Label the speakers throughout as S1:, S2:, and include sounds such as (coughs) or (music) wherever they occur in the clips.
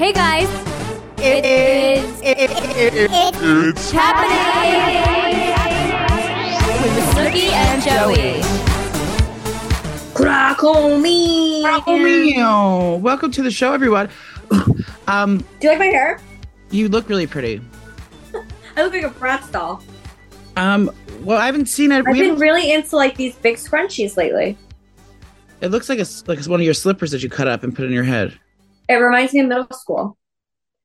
S1: Hey guys,
S2: It
S1: is-
S3: It's
S1: happening with Snooki and Joey.
S2: Crackle me.
S4: Bravo Mio. Welcome to the show, everyone. (coughs) um,
S2: Do you like my hair?
S4: you look really pretty.
S2: I look like a brat doll.
S4: Um, well, I haven't seen it.
S2: I've
S4: We
S2: been
S4: haven't-
S2: really into like these big scrunchies lately.
S4: it looks like it's like it's one of your slippers that you cut up and put in your head.
S2: It reminds me of middle school.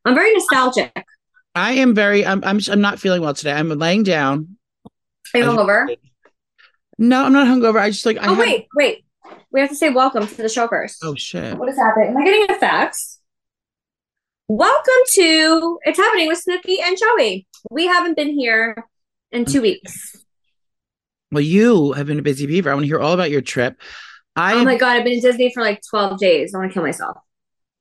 S2: I'm very nostalgic.
S4: I am very. I'm. I'm. I'm not feeling well today. I'm laying down.
S2: Are you hungover?
S4: No, I'm not hungover. I just like. I
S2: Oh
S4: had-
S2: wait, wait. We have to say welcome to the show first.
S4: Oh shit.
S2: What is happening? Am I getting a fax? Welcome to It's Happening with Snooki and Joey. We haven't been here in two weeks.
S4: Well, you have been a busy beaver. I want to hear all about your trip. I
S2: Oh
S4: am-
S2: my god, I've been in Disney for like 12 days. I want to kill myself.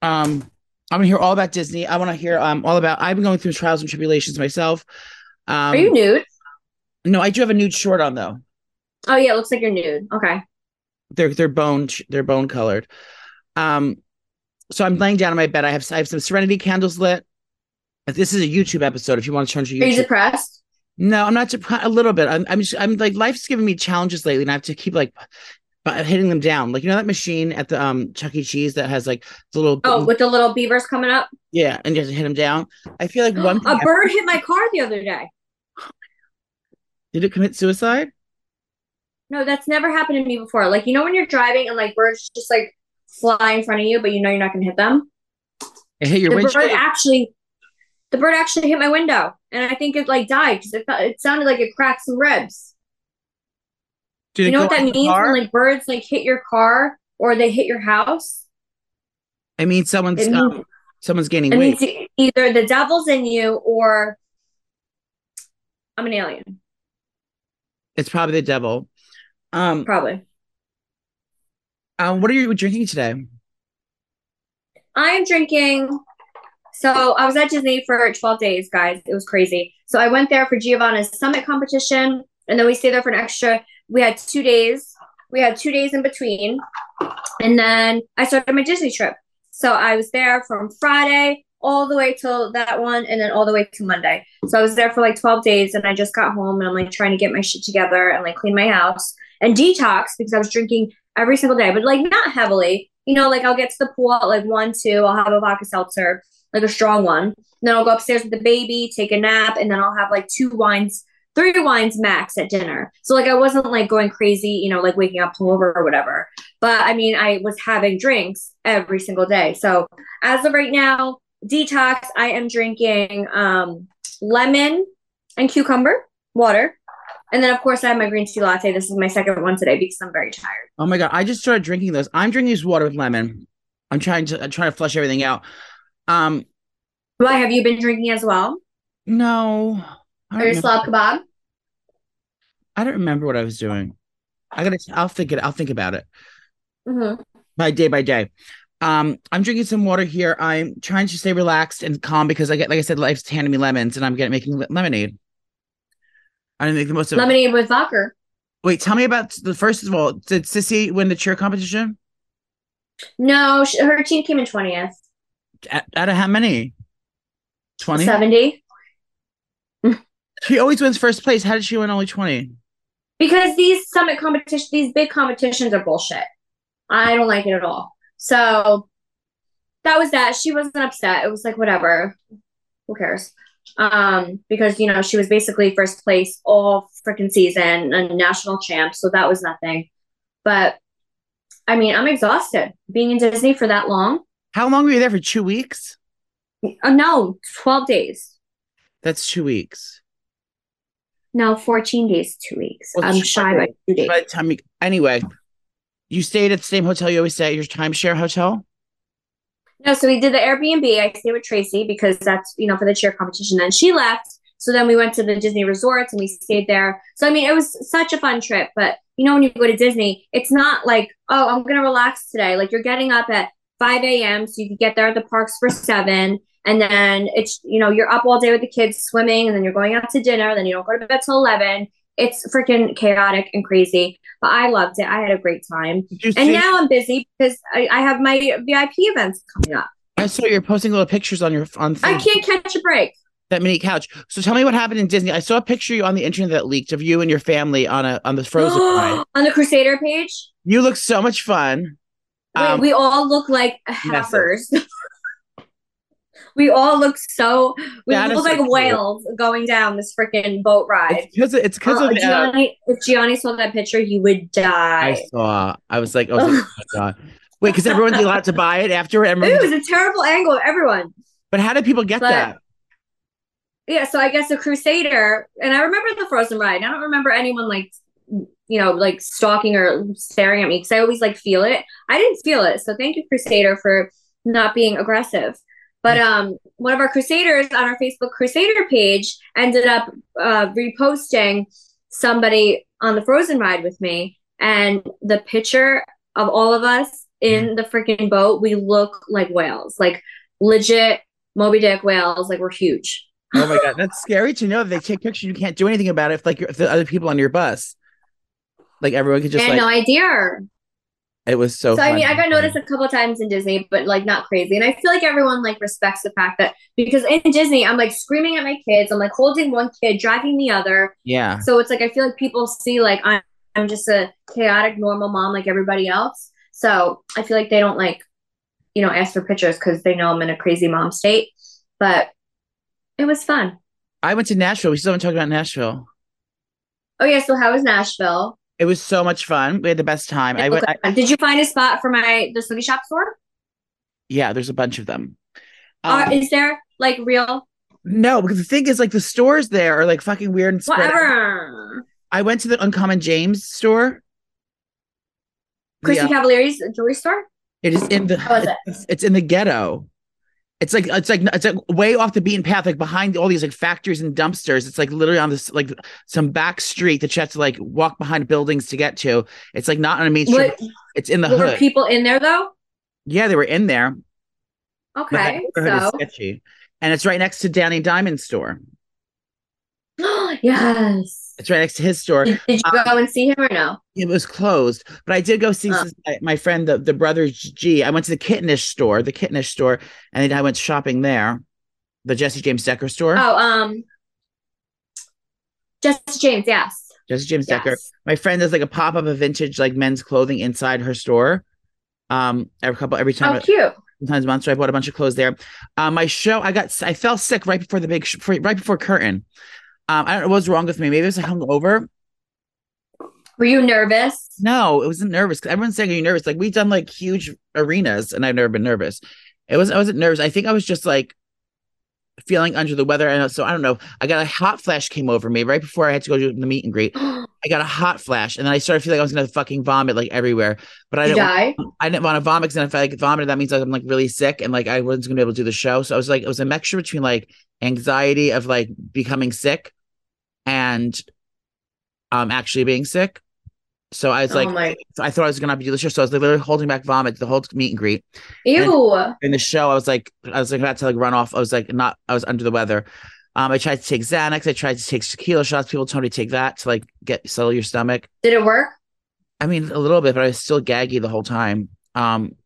S4: Um, I want to hear all about Disney. I want to hear um all about. I've been going through trials and tribulations myself. Um,
S2: Are you nude?
S4: No, I do have a nude short on though.
S2: Oh yeah, it looks like you're nude. Okay.
S4: They're they're bone they're bone colored. Um, so I'm laying down in my bed. I have I have some Serenity candles lit. But This is a YouTube episode. If you want to turn to
S2: Are you
S4: YouTube,
S2: depressed?
S4: no, I'm not dep- a little bit. I'm I'm, just, I'm like life's giving me challenges lately, and I have to keep like bu- hitting them down. Like you know that machine at the um Chuck E. Cheese that has like the little
S2: Oh, with the little beavers coming up.
S4: yeah, and you have to hit them down. I feel like (gasps) one
S2: (gasps) A bird hit my car the other day.
S4: did it commit suicide?
S2: No, that's never happened to me before. Like, you know, when you're driving and like birds just like fly in front of you, but you know you're not gonna hit them.
S4: It hit your
S2: the bird
S4: windshield.
S2: actually, the bird actually hit my window, and I think it like died because it felt, it sounded like it cracked some ribs.
S4: Did it
S2: you know
S4: go
S2: what that
S4: on the
S2: means
S4: car?
S2: when like birds like hit your car or they hit your house?
S4: I mean, someone's
S2: It
S4: um,
S2: means-
S4: someone's gaining
S2: It
S4: weight.
S2: means e- either the devil's in you or I'm an alien,
S4: It's probably the devil. Um,
S2: probably.
S4: um, what are you drinking today?
S2: I'm drinking. So I was at Disney for 12 days, guys. It was crazy. So I went there for Giovanna's summit competition, and then we stayed there for an extra. We had two days. We had two days in between, and then I started my Disney trip. So I was there from Friday all the way till that one, and then all the way to Monday. So I was there for like 12 days, and I just got home, and I'm like trying to get my shit together and like clean my house and detox because I was drinking every single day, but like not heavily. You know, like I'll get to the pool at like one, two, I'll have a vodka seltzer, like a strong one. Then I'll go upstairs with the baby, take a nap, and then I'll have like two wines, three wines max at dinner. So like I wasn't like going crazy, you know, like waking up hungover or whatever. But I mean, I was having drinks every single day. So as of right now, detox, I am drinking um lemon and cucumber water. And then of course I have my green tea latte. This is my second one today because I'm very tired.
S4: Oh my god, I just started drinking those. I'm drinking this water with lemon. I'm trying to I'm trying to flush everything out. Um,
S2: Why have you been drinking as well?
S4: no, I
S2: Or
S4: don't,
S2: your
S4: remember,
S2: slob kebab?
S4: I don't remember what I was doing. I gotta. I'll think it. I'll think about it
S2: Mm-hmm.
S4: by day by day. Um, I'm drinking some water here. I'm trying to stay relaxed and calm because I get, like I said, life's handing me lemons, and I'm getting making le- lemonade. I didn't make the most of. it.
S2: Lemonade with vodka.
S4: Wait, tell me about the first of all. Did Sissy win the cheer competition?
S2: No, sh her team came in 20th.
S4: Out out of how many? Twenty.
S2: 70.
S4: She always wins first place. How did she win only 20?
S2: Because these summit competition, these big competitions are bullshit. I don't like it at all. So that was that. She wasn't upset. It was like, whatever. Who cares? Um, because, you know, she was basically first place all freaking season and national champ. So that was nothing. But I mean, I'm exhausted being in Disney for that long.
S4: How long were you there for? Two weeks?
S2: Uh, no, 12 days.
S4: That's two weeks.
S2: No, 14 days, two weeks.
S4: Well,
S2: I'm
S4: sure.
S2: shy by two days.
S4: By the time you, anyway, you stayed at the same hotel you always stay at your timeshare hotel?
S2: No, so we did the Airbnb. I stayed with Tracy because that's, you know, for the cheer competition. Then she left. So then we went to the Disney resorts and we stayed there. So, I mean, it was such a fun trip. But, you know, when you go to Disney, it's not like, oh, I'm going to relax today. Like, you're getting up at 5 a.m. So you can get there at the parks for 7. And then it's, you know, you're up all day with the kids swimming and then you're going out to dinner. Then you don't go to bed till 11. It's freaking chaotic and crazy. But I loved it. I had a great time.
S4: Did you
S2: And
S4: see-
S2: now I'm busy because I, I have my VIP events coming up.
S4: I I saw you're posting little pictures on your on
S2: I
S4: thing-
S2: can't catch a break.
S4: that mini couch. So tell me what happened in Disney. I saw a picture you on the internet that leaked of you and your family on a on
S2: (gasps)
S4: the Frozen ride.
S2: on the Crusader page,
S4: You look so much fun.
S2: we-
S4: Um,
S2: we, all look like heifers. (laughs) we all look so. We
S4: That is
S2: look
S4: so
S2: like
S4: cute.
S2: whales going down this freaking boat ride.
S4: it's because it's because
S2: Uh,
S4: of uh,
S2: Gianni, if Gianni saw that picture, he would
S4: I
S2: die.
S4: saw. I was like,
S2: (laughs)
S4: oh, I was like, oh my god. Wait, because everyone's allowed to buy it after.
S2: it (laughs)
S4: Everyone,
S2: was a terrible angle of everyone.
S4: but how did people get
S2: But-
S4: that?
S2: yeah, so I guess the Crusader, and I remember the Frozen ride. and I don't remember anyone like, you know, like stalking or staring at me because I always like feel it. I didn't feel it, so thank you, Crusader, for not being aggressive. But um, one of our Crusaders on our Facebook Crusader page ended up uh, reposting somebody on the Frozen ride with me, and the picture of all of us in the freaking boat, we look like whales, like legit Moby Dick whales, like we're huge.
S4: Oh my god, that's scary to know that they take pictures. You can't do anything about it. If like you're, if the other people on your bus, like everyone could just
S2: I had
S4: like
S2: no idea.
S4: it was so.
S2: So I mean,
S4: funny.
S2: I got noticed a couple times in Disney, but like not crazy. And I feel like everyone like respects the fact that because in Disney, I'm like screaming at my kids, I'm like holding one kid, dragging the other.
S4: Yeah,
S2: So it's like I feel like people see like I'm I'm just a chaotic normal mom like everybody else. So I feel like they don't like you know ask for pictures because they know I'm in a crazy mom state. But it was fun.
S4: I went to Nashville. We still haven't talked about Nashville.
S2: Oh yeah, so how was Nashville?
S4: It was so much fun. We had the best time. I went. I,
S2: Did you find a spot for my the Snooki Shop store?
S4: yeah, there's a bunch of them.
S2: Or
S4: Um,
S2: is there like real
S4: no, because the thing is, like the stores there are like fucking weird and spread. out.
S2: Whatever.
S4: I went to the Uncommon James store.
S2: Christy
S4: Yeah,
S2: Cavalieri's jewelry store?
S4: it is in the.
S2: How was it?
S4: it's, it's in the ghetto. It's like it's like it's like way off the beaten path, like behind all these like factories and dumpsters. It's like literally on this like some back street that you have to like walk behind buildings to get to. It's like not on a main street.
S2: What,
S4: It's in the
S2: were
S4: hood.
S2: people in there though?
S4: yeah, they were in there. but that
S2: Okay.
S4: neighborhood
S2: So,
S4: is sketchy. And it's right next to Danny Diamond's store.
S2: (gasps) yes.
S4: It's right next to his store.
S2: Did, did you
S4: um,
S2: go and see him or no?
S4: It was closed, but I did go see
S2: Oh.
S4: sis- my, my friend, the, the brothers G. I went to the Kittenish store, the Kittenish store, and then I went shopping there, the Jesse James Decker store.
S2: Oh, um, Jesse James, yes.
S4: Jesse James Decker.
S2: yes.
S4: My friend does like a pop up of vintage like men's clothing inside her store. Um, every couple every time
S2: Oh, cute.
S4: sometimes a month. So I bought a bunch of clothes there. Um, my show, I got I fell sick right before the big sh- right before curtain. Um, I don't know what's wrong with me. Maybe it was hungover.
S2: Were you nervous? (gasps)
S4: No, it wasn't nervous. 'cause Everyone's saying, "Are you nervous?" Like we've done like huge arenas, and I've never been nervous. It was I wasn't nervous. I think I was just like feeling under the weather. And so I don't know. I got a hot flash came over me right before I had to go to the meet and greet. I got a hot flash, and then I started feeling like I was gonna fucking vomit like everywhere. But I
S2: Did you
S4: didn't. want-
S2: die?
S4: I didn't want to vomit because if I like, vomited, that means like, I'm like really sick and like I wasn't gonna be able to do the show. So I was like, it was a mixture between like anxiety of like becoming sick and um actually being sick. So I was like,
S2: oh my.
S4: so I thought I was gonna have to do the show. So I was like, literally holding back vomit the whole meet and greet.
S2: Ew.
S4: In the show, I was like, I was like about to like run off. I was like, not, I was under the weather. Um, I tried to take Xanax. I tried to take tequila shots. People told me to take that to like get settle your stomach.
S2: Did it work?
S4: I mean, a little bit, but I was still gaggy the whole time. Um,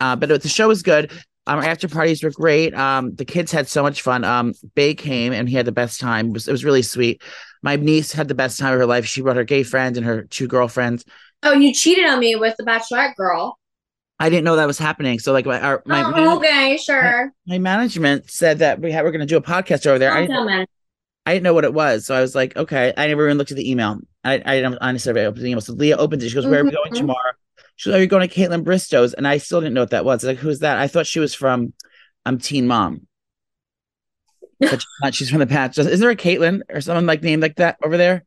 S4: uh, but it, the show was good. Um, our after parties were great. Um, the kids had so much fun. Um, Bay came and he had the best time. It was, it was really sweet. My niece had the best time of her life. She brought her gay friend and her two girlfriends.
S2: Oh, you cheated on me with the Bachelorette girl.
S4: I didn't know that was happening. So like my our, my
S2: oh,
S4: man-
S2: okay, sure.
S4: my management said that we had, we're going to do a podcast over there. I,
S2: Calm down, man.
S4: I didn't know what it was. So I was like, okay. I never even looked at the email. I, I didn't honestly I opened the email. So Leah opened it. She goes, Where are we going
S2: Mhm.
S4: tomorrow? She goes, Are you going to Caitlin Bristow's? And I still didn't know what that was. I was like, who's that? I thought she was from um Teen Mom. But she's not. She's from the patch. Is there a Caitlin or someone like named like that over there?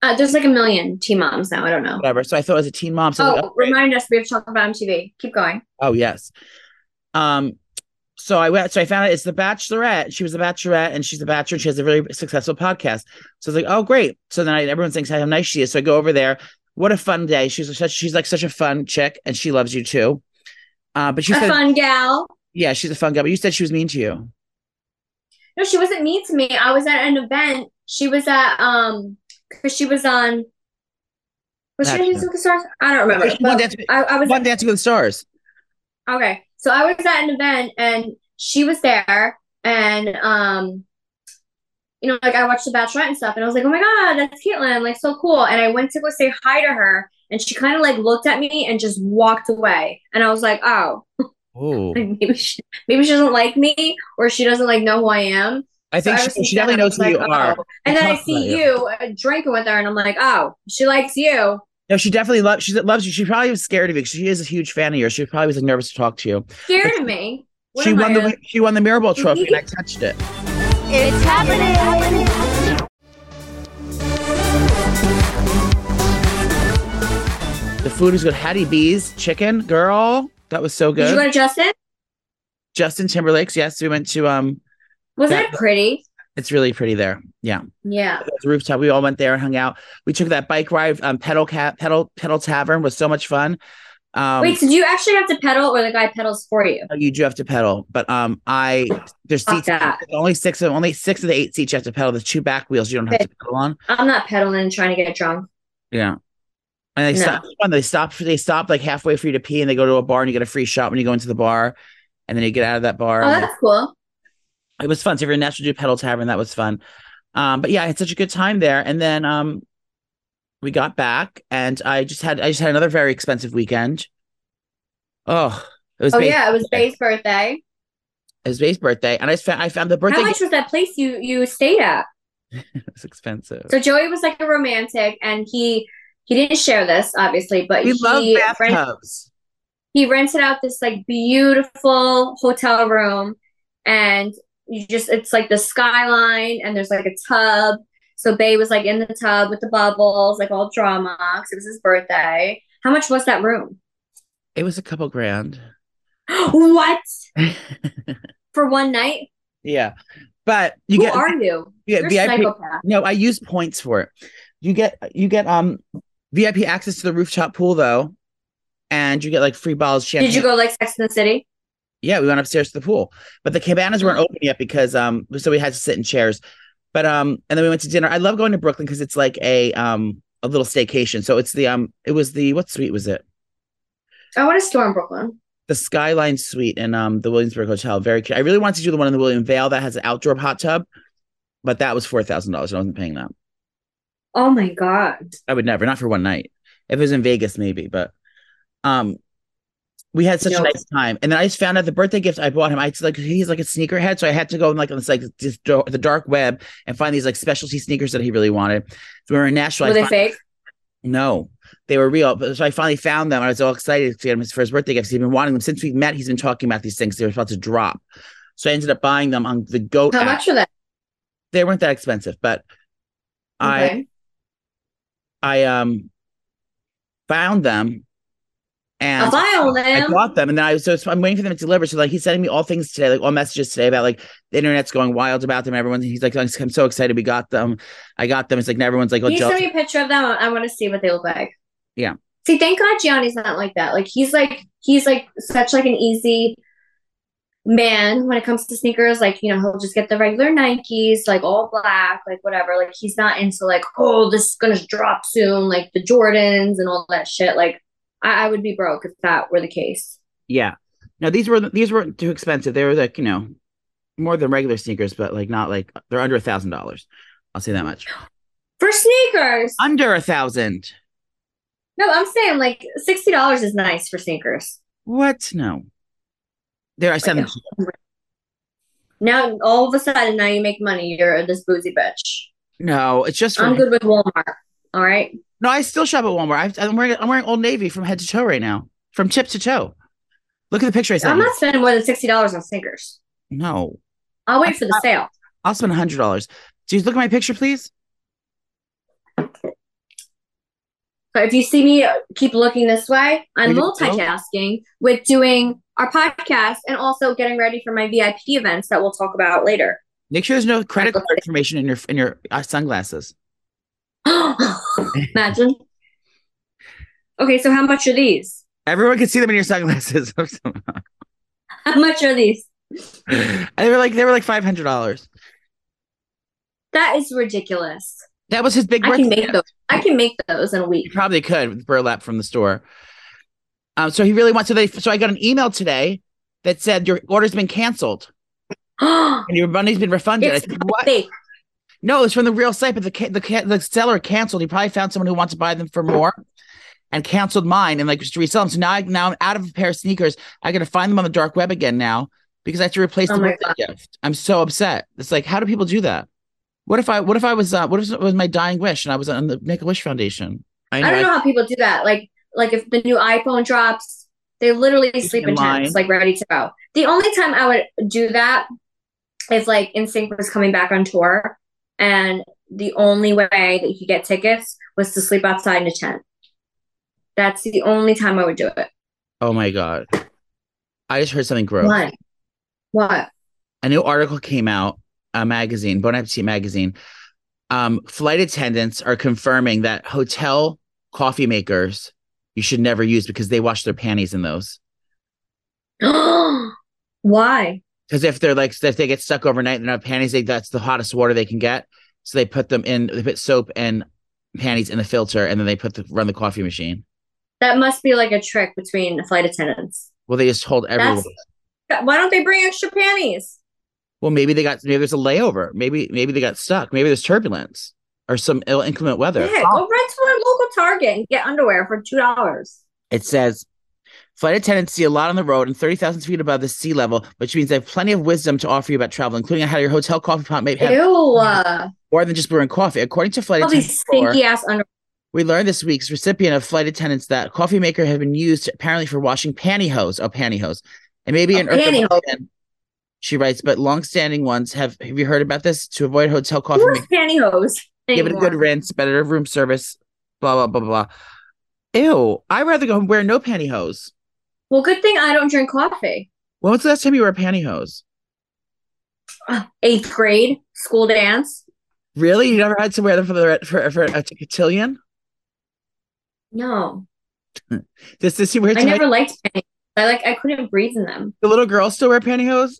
S2: Uh, there's like a million T moms now. I don't know.
S4: Whatever. So I thought it was a teen mom. So I was like,
S2: Oh, remind us we have to talk about MTV. Keep going.
S4: Oh yes. Um. So I went. So I found out it's the Bachelorette. She was a Bachelorette, and she's a Bachelor. And she has a really successful podcast. So I was like, oh great. So then I, everyone thinks how nice she is. So I go over there. What a fun day. She's such. She's like such a fun chick, and she loves you too. Uh, but you
S2: a
S4: said,
S2: fun gal.
S4: yeah, she's a fun guy. But you said she was mean to you.
S2: No, she wasn't mean to me. I was at an event. She was at um because she was on was she on
S4: Bachelor.
S2: Musical Stars? I don't remember.
S4: One
S2: But
S4: dance,
S2: I, I was
S4: one dance with the stars.
S2: okay. So I was at an event and she was there and um you know, like I watched The Bachelorette and stuff, and I was like, oh my God, that's Caitlin. Like, so cool. And I went to go say hi to her, and she kind of like looked at me and just walked away. And I was like, oh,
S4: Oh,
S2: like, maybe she, maybe she doesn't like me, or she doesn't like know who I am.
S4: I think
S2: So ever
S4: she,
S2: since
S4: she definitely
S2: then, I
S4: knows who
S2: was
S4: you
S2: like,
S4: are.
S2: oh. And then I
S4: talked about
S2: see
S4: you.
S2: you uh, drinking with her, and I'm like, oh, she likes you.
S4: No, she definitely loves. She loves you. She probably was scared of you. 'cause She is a huge fan of yours. She probably was like, nervous to talk to you.
S2: Scared of me. What
S4: she
S2: am
S4: won
S2: I,
S4: the
S2: a-
S4: wi- she won the Mirrorball trophy, and I touched it.
S1: It's happening.
S4: The food was good. Hattie B's chicken, girl, that was so
S2: Did you
S4: good.
S2: go to Justin?
S4: Justin Timberlake's. Yes, we went to. Um,
S2: Wasn't
S4: Yeah.
S2: it pretty?
S4: it's really pretty there. Yeah,
S2: Yeah.
S4: It was a rooftop. We all went there and hung out. We took that bike ride. Um, pedal cat pedal pedal tavern was so much fun. Um,
S2: Wait, so do you actually have to pedal, or the guy pedals for you?
S4: Oh, you do have to pedal, but um, I there's
S2: Fuck
S4: seats.
S2: that.
S4: there's only six of only six of the eight seats you have to pedal. The two back wheels you don't have to pedal on.
S2: I'm not pedaling and trying to get drunk.
S4: Yeah, and they
S2: No.
S4: stop. When they stop, they stop like halfway for you to pee, and they go to a bar, and you get a free shot when you go into the bar, and then you get out of that bar.
S2: Oh,
S4: and
S2: that's cool.
S4: it was fun. So if you're in National Dew Pedal Tavern, that was fun. Um, but yeah, I had such a good time there. And then um we got back and I just had I just had another very expensive weekend. Oh, it was
S2: Oh
S4: Bay's-
S2: yeah, it was Bay's birthday.
S4: it was Bay's birthday. And I just found I found the birthday
S2: How
S4: (laughs)
S2: much was that place you you stayed at?
S4: gift was expensive.
S2: So Joey was like a romantic, and he he didn't share this obviously, but
S4: we
S2: he
S4: love
S2: rent-
S4: bathtubs.
S2: he rented out this like beautiful hotel room, and you just it's like the skyline, and there's like a tub. So Bay was like in the tub with the bubbles, like all drama because it was his birthday. How much was that room? (gasps)
S4: It was a couple grand. (laughs)
S2: what for one night?
S4: yeah. But you
S2: Who
S4: get
S2: are you?
S4: you
S2: You're a
S4: get VIP
S2: psychopath.
S4: No, I use points for it. You get you get um VIP access to the rooftop pool though, and you get like free bottles of champagne.
S2: Did you go like Sex in the City?
S4: Yeah, we went upstairs to the pool, but the cabanas weren't open yet because um, so we had to sit in chairs. But um, and then we went to dinner. I love going to Brooklyn because it's like a um a little staycation. So it's the um, it was the what suite was it?
S2: I want a store in Brooklyn.
S4: The Skyline Suite in um the Williamsburg Hotel. Very cute. I really wanted to do the one in the William Vale that has an outdoor hot tub, but that was four thousand dollars. I wasn't paying that.
S2: Oh my god.
S4: I would never, not for one night. If it was in Vegas, maybe, but um we had such a
S2: No.
S4: nice time. And then I just found out the birthday gift I bought him. I just like he's like a sneakerhead, so I had to go and like on this like this, do- the dark web and find these like specialty sneakers that he really wanted. So we were in Nashville. I
S2: Were they
S4: fin-
S2: fake?
S4: no, they were real. But so I finally found them. I was all excited to get him his first birthday gift. He's been wanting them since we met. He's been talking about these things. They were about to drop, so I ended up buying them on the Goat.
S2: How
S4: app.
S2: much were they?
S4: They weren't that expensive, but I
S2: Okay.
S4: I um found them and
S2: A vial
S4: I
S2: then.
S4: bought them and then I was so I'm waiting for them to deliver. So like he's sending me all things today, like all messages today about like the internet's going wild about them. Everyone's he's like, I'm so excited we got them. I got them. It's like now everyone's like, oh,
S2: Can you send
S4: jealous.
S2: me a picture of them? I, want to see what they look like.
S4: Yeah.
S2: See, thank God Gianni's not like that. Like he's like he's like such like an easy man when it comes to sneakers. Like you know he'll just get the regular Nikes, like all black, like whatever. Like he's not into like oh this is gonna drop soon, like the Jordans and all that shit. Like I, I would be broke if that were the case.
S4: yeah. No, these were these weren't too expensive. They were like, you know, more than regular sneakers, but like not like they're under a thousand dollars. I'll say that much.
S2: For sneakers,
S4: Under a thousand.
S2: no, I'm saying like sixty dollars is nice for sneakers.
S4: What? No. There, I sent them. to you.
S2: Now all of a sudden, now you make money. You're this boozy bitch.
S4: No, it's just for
S2: I'm good with Walmart. All right.
S4: No, I still shop at Walmart. I, I'm wearing I'm wearing Old Navy from head to toe right now, from tip to toe. Look at the picture I sent.
S2: I'm
S4: you.
S2: not spending more than sixty dollars on sneakers.
S4: no,
S2: I'll wait for the sale.
S4: I'll spend hundred dollars. Dude, look at my picture, please.
S2: But if you see me keep looking this way, I'm
S4: Are you-
S2: multitasking with doing our podcast and also getting ready for my VIP events that we'll talk about later. (gasps)
S4: Make sure there's no credit card information in your in your
S2: (laughs)
S4: uh, sunglasses.
S2: Imagine. Okay, so how much are these?
S4: Everyone can see them in your sunglasses. (laughs)
S2: How much are these?
S4: and they were like they were like five hundred dollars.
S2: That is ridiculous.
S4: That was his big.
S2: I
S4: birthday
S2: can make
S4: gift.
S2: those. I can make those in a
S4: You
S2: week. (gasps)
S4: probably could with burlap from the store. Um, so he really wants. So they. So I got an email today that said your order's been canceled and your money's been refunded. I
S2: It's
S4: said, what?
S2: fake.
S4: No, it's from the real site, but the ca- the ca- the seller canceled. He probably found someone who wants to buy them for more, and canceled mine and like just resell them. So now I now I'm out of a pair of sneakers. I got to find them on the dark web again now because I have to replace
S2: Oh
S4: the
S2: my
S4: birthday gift. I'm so upset. It's like how do people do that? What if I what if I was uh, what if it was my dying wish and I was on the Make a Wish Foundation?
S2: I don't know how people do that. Like like if the new iPhone drops, they literally sleep
S4: in
S2: in
S4: line.
S2: tents, like ready to go. The only time I would do that is like Instinct was coming back on tour, and the only way that you could get tickets was to sleep outside in a tent. That's the only time I would do it.
S4: Oh my god! I just heard something gross.
S2: What? What? (gasps)
S4: a new article came out, a magazine, Bon Appetit magazine. Um, flight attendants are confirming that hotel coffee makers you should never use because they wash their panties in those.
S2: Why?
S4: Because if they're like, if they get stuck overnight and they don't have panties, they, that's the hottest water they can get. So they put them in, they put soap and panties in the filter, and then they put the run the coffee machine.
S2: That must be like a trick between flight attendants.
S4: Well, they just hold everyone.
S2: That's why don't they bring extra panties?
S4: Well, maybe they got maybe there's a layover. Maybe maybe they got stuck. Maybe there's turbulence or some ill inclement weather.
S2: Yeah, go rent to a local Target and get underwear for two dollars.
S4: It says, flight attendants see a lot on the road and 30,000 feet above the sea level, which means they have plenty of wisdom to offer you about travel, including how your hotel coffee pot may have
S2: Ew. Uh,
S4: more than just brewing coffee. According to flight
S2: all
S4: attendants,
S2: these
S4: four,
S2: stinky ass underwear.
S4: we learned this week's recipient of flight attendants that coffee maker had been used apparently for washing pantyhose. Oh, pantyhose. And maybe
S2: Oh,
S4: an earth
S2: pantyhose.
S4: American- she writes, but longstanding ones have, have you heard about this? To avoid hotel coffee
S2: Who
S4: makers.
S2: wears pantyhose?
S4: give it a
S2: anymore?
S4: good rinse, better room service, blah, blah, blah, blah. Ew, I'd rather go wear no pantyhose.
S2: Well, good thing I don't drink coffee.
S4: When was the last time you wore pantyhose?
S2: Ugh, Eighth grade school dance.
S4: Really? You never had to wear them for the for, for a cotillion?
S2: No,
S4: Does this you wear
S2: I
S4: tonight?
S2: never liked pantyhose. I like I couldn't breathe in them.
S4: the little girls still wear pantyhose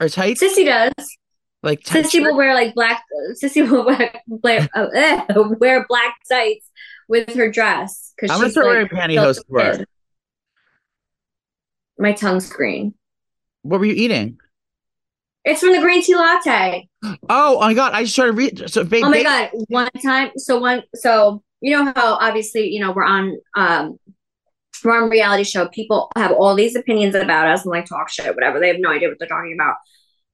S4: or tights?
S2: Sissy does.
S4: Like tight
S2: Sissy will wear like black. Sissy will wear, wear, uh, (laughs) eh, wear black tights with her dress because
S4: I'm gonna
S2: she's
S4: start wearing
S2: like
S4: pantyhose to work.
S2: kid. My tongue's green.
S4: What were you eating?
S2: It's from the green tea latte.
S4: Oh my god! I just started reading. So, ba-
S2: Oh my
S4: ba-
S2: god! One time, so one, so you know how obviously you know we're on um we're on a reality show. People have all these opinions about us and like talk shit, whatever. They have no idea what they're talking about.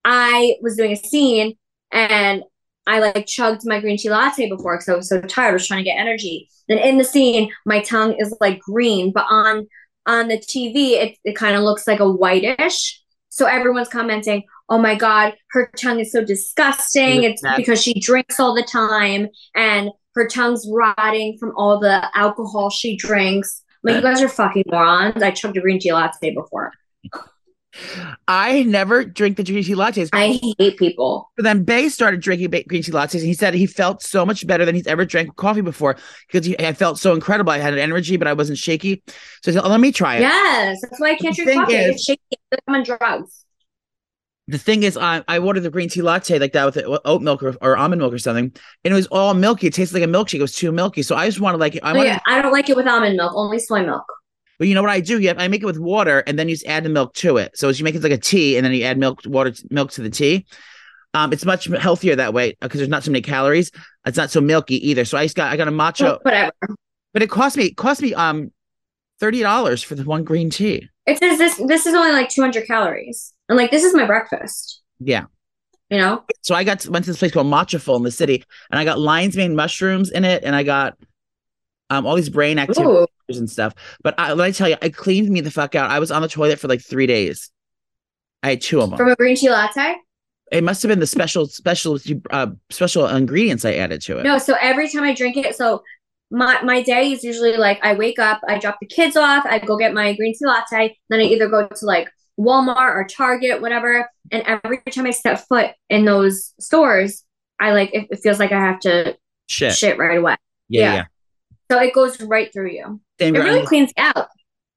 S2: I was doing a scene and I like chugged my green tea latte before because I was so tired. I was trying to get energy. Then in the scene, my tongue is like green, but on on the TV, it, it kind of looks like a whitish. So everyone's commenting, "Oh my god, her tongue is so disgusting! It's
S4: That's-
S2: because she drinks all the time, and her tongue's rotting from all the alcohol she drinks." Like you guys are fucking morons. I chugged a green tea latte before.
S4: I never drink the green tea lattes.
S2: I hate people.
S4: But then Bay started drinking ba- green tea lattes, and he said he felt so much better than he's ever drank coffee before because he, I felt so incredible. I had energy, but I wasn't shaky. So I said, "Oh, let me try it.
S2: Yes, that's why I can't
S4: The
S2: drink
S4: thing
S2: coffee.
S4: is-
S2: it's shaky. I'm on drugs.
S4: the thing is, I, I ordered the green tea latte like that with uh, oat milk or, or almond milk or something, and it was all milky. It tasted like a milkshake. It was too milky. So I just wanted like I
S2: Oh,
S4: wanted,
S2: yeah, I don't like it with almond milk. Only soy milk.
S4: but you know what I do? You have, I make it with water, and then you just add the milk to it. So as you make it like a tea, and then you add milk water milk to the tea. Um, it's much healthier that way because there's not so many calories. It's not so milky either. So I just got I got a matcha,
S2: Whatever.
S4: but it cost me it cost me um thirty dollars for the one green tea.
S2: It says this. This is only like 200 calories, and like this is my breakfast.
S4: Yeah.
S2: You know,
S4: So I got to, went to this place called Matcha Full in the city, and I got lion's mane mushrooms in it, and I got um all these brain activities.
S2: Ooh,
S4: doctors and stuff. But I, let me tell you, it cleaned me the fuck out. I was on the toilet for like three days. I had two of them.
S2: from a green tea latte.
S4: it must have been the special, special, uh, special ingredients I added to it.
S2: No, so every time I drink it, so my my day is usually like I wake up, I drop the kids off, I go get my green tea latte, then I either go to like Walmart or Target, whatever. And every time I step foot in those stores, I like it, it feels like I have to
S4: Shit.
S2: shit right away.
S4: Yeah, yeah.
S2: yeah.
S4: yeah.
S2: So it goes right through you.
S4: Same
S2: It
S4: ground.
S2: really cleans out.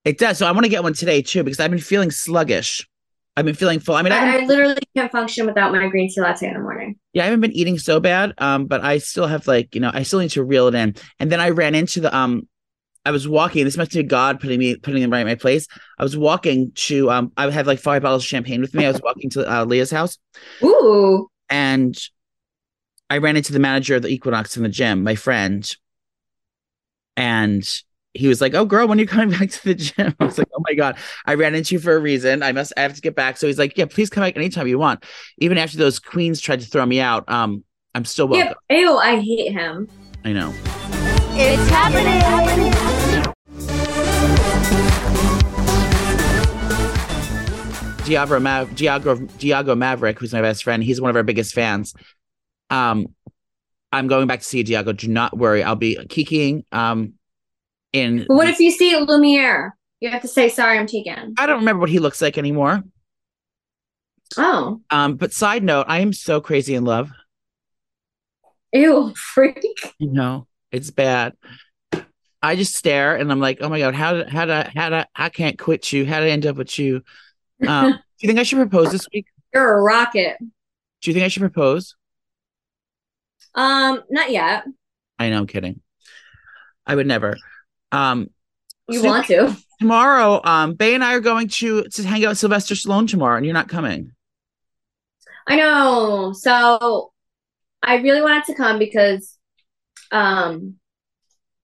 S4: it does. So I want to get one today too because I've been feeling sluggish. I've been feeling full. I mean, I
S2: I,
S4: haven't,
S2: I literally can't function without my green tea latte in the morning.
S4: yeah, I haven't been eating so bad. Um, but I still have like you know, I still need to reel it in. And then I ran into the um I was walking. This must be God putting me putting them right in my place. I was walking to um I had like five bottles of champagne with me. I was walking to uh, Leah's house
S2: Ooh.
S4: and I ran into the manager of the Equinox in the gym, my friend, and he was like, "Oh, girl, when are you coming (laughs) back to the gym?" I was like, "Oh my god, I ran into you for a reason. I must, I have to get back." So he's like, "Yeah, please come back anytime you want." Even after those queens tried to throw me out, um, I'm still welcome.
S2: Yep. Ew, I hate him.
S4: I know.
S1: It's happening.
S4: Diablo Mav- Diago Diago Maverick, who's my best friend, he's one of our biggest fans. Um, I'm going back to see Diago. Do not worry, I'll be kikiing. Um, in
S2: But what if you see Lumiere? You have to say, sorry, I'm taken.
S4: I don't remember what he looks like anymore.
S2: Oh.
S4: Um, but side note, I am so crazy in love.
S2: Ew, (laughs) freak.
S4: You know, it's bad. I just stare and I'm like, oh my god, how did how did I how did I, I can't quit you? How did I end up with you? Um, (laughs) do you think I should propose this week?
S2: You're a rocket.
S4: Do you think I should propose?
S2: Um, not yet.
S4: I know, I'm kidding. I would never. Um,
S2: You
S4: Super-
S2: want to.
S4: tomorrow, um, Bay and I are going to to hang out with Sylvester Stallone tomorrow, and you're not coming.
S2: I know. So I really wanted to come because um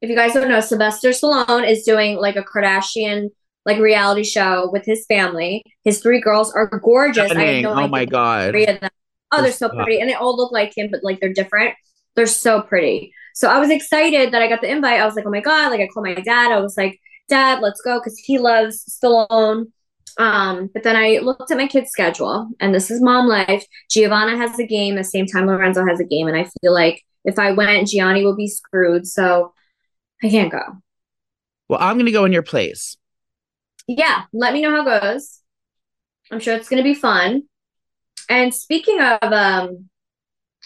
S2: if you guys don't know, Sylvester Stallone is doing like a Kardashian like reality show with his family. His three girls are gorgeous. I have
S4: Stunning.
S2: no
S4: oh
S2: idea
S4: my
S2: the
S4: god.
S2: three of them. Oh, they're so
S4: Stop.
S2: pretty. And they all look like him, but like they're different. They're so pretty. So I was excited that I got the invite. I was like, oh my God. Like I called my dad. I was like, Dad, let's go, because he loves Stallone. Um, but then I looked at my kid's schedule, and this is mom life. Giovanna has a game the same time Lorenzo has a game, and I feel like if I went, Gianni will be screwed. So I can't go.
S4: Well, I'm gonna go in your place.
S2: Yeah, let me know how it goes. I'm sure it's gonna be fun. And speaking of um,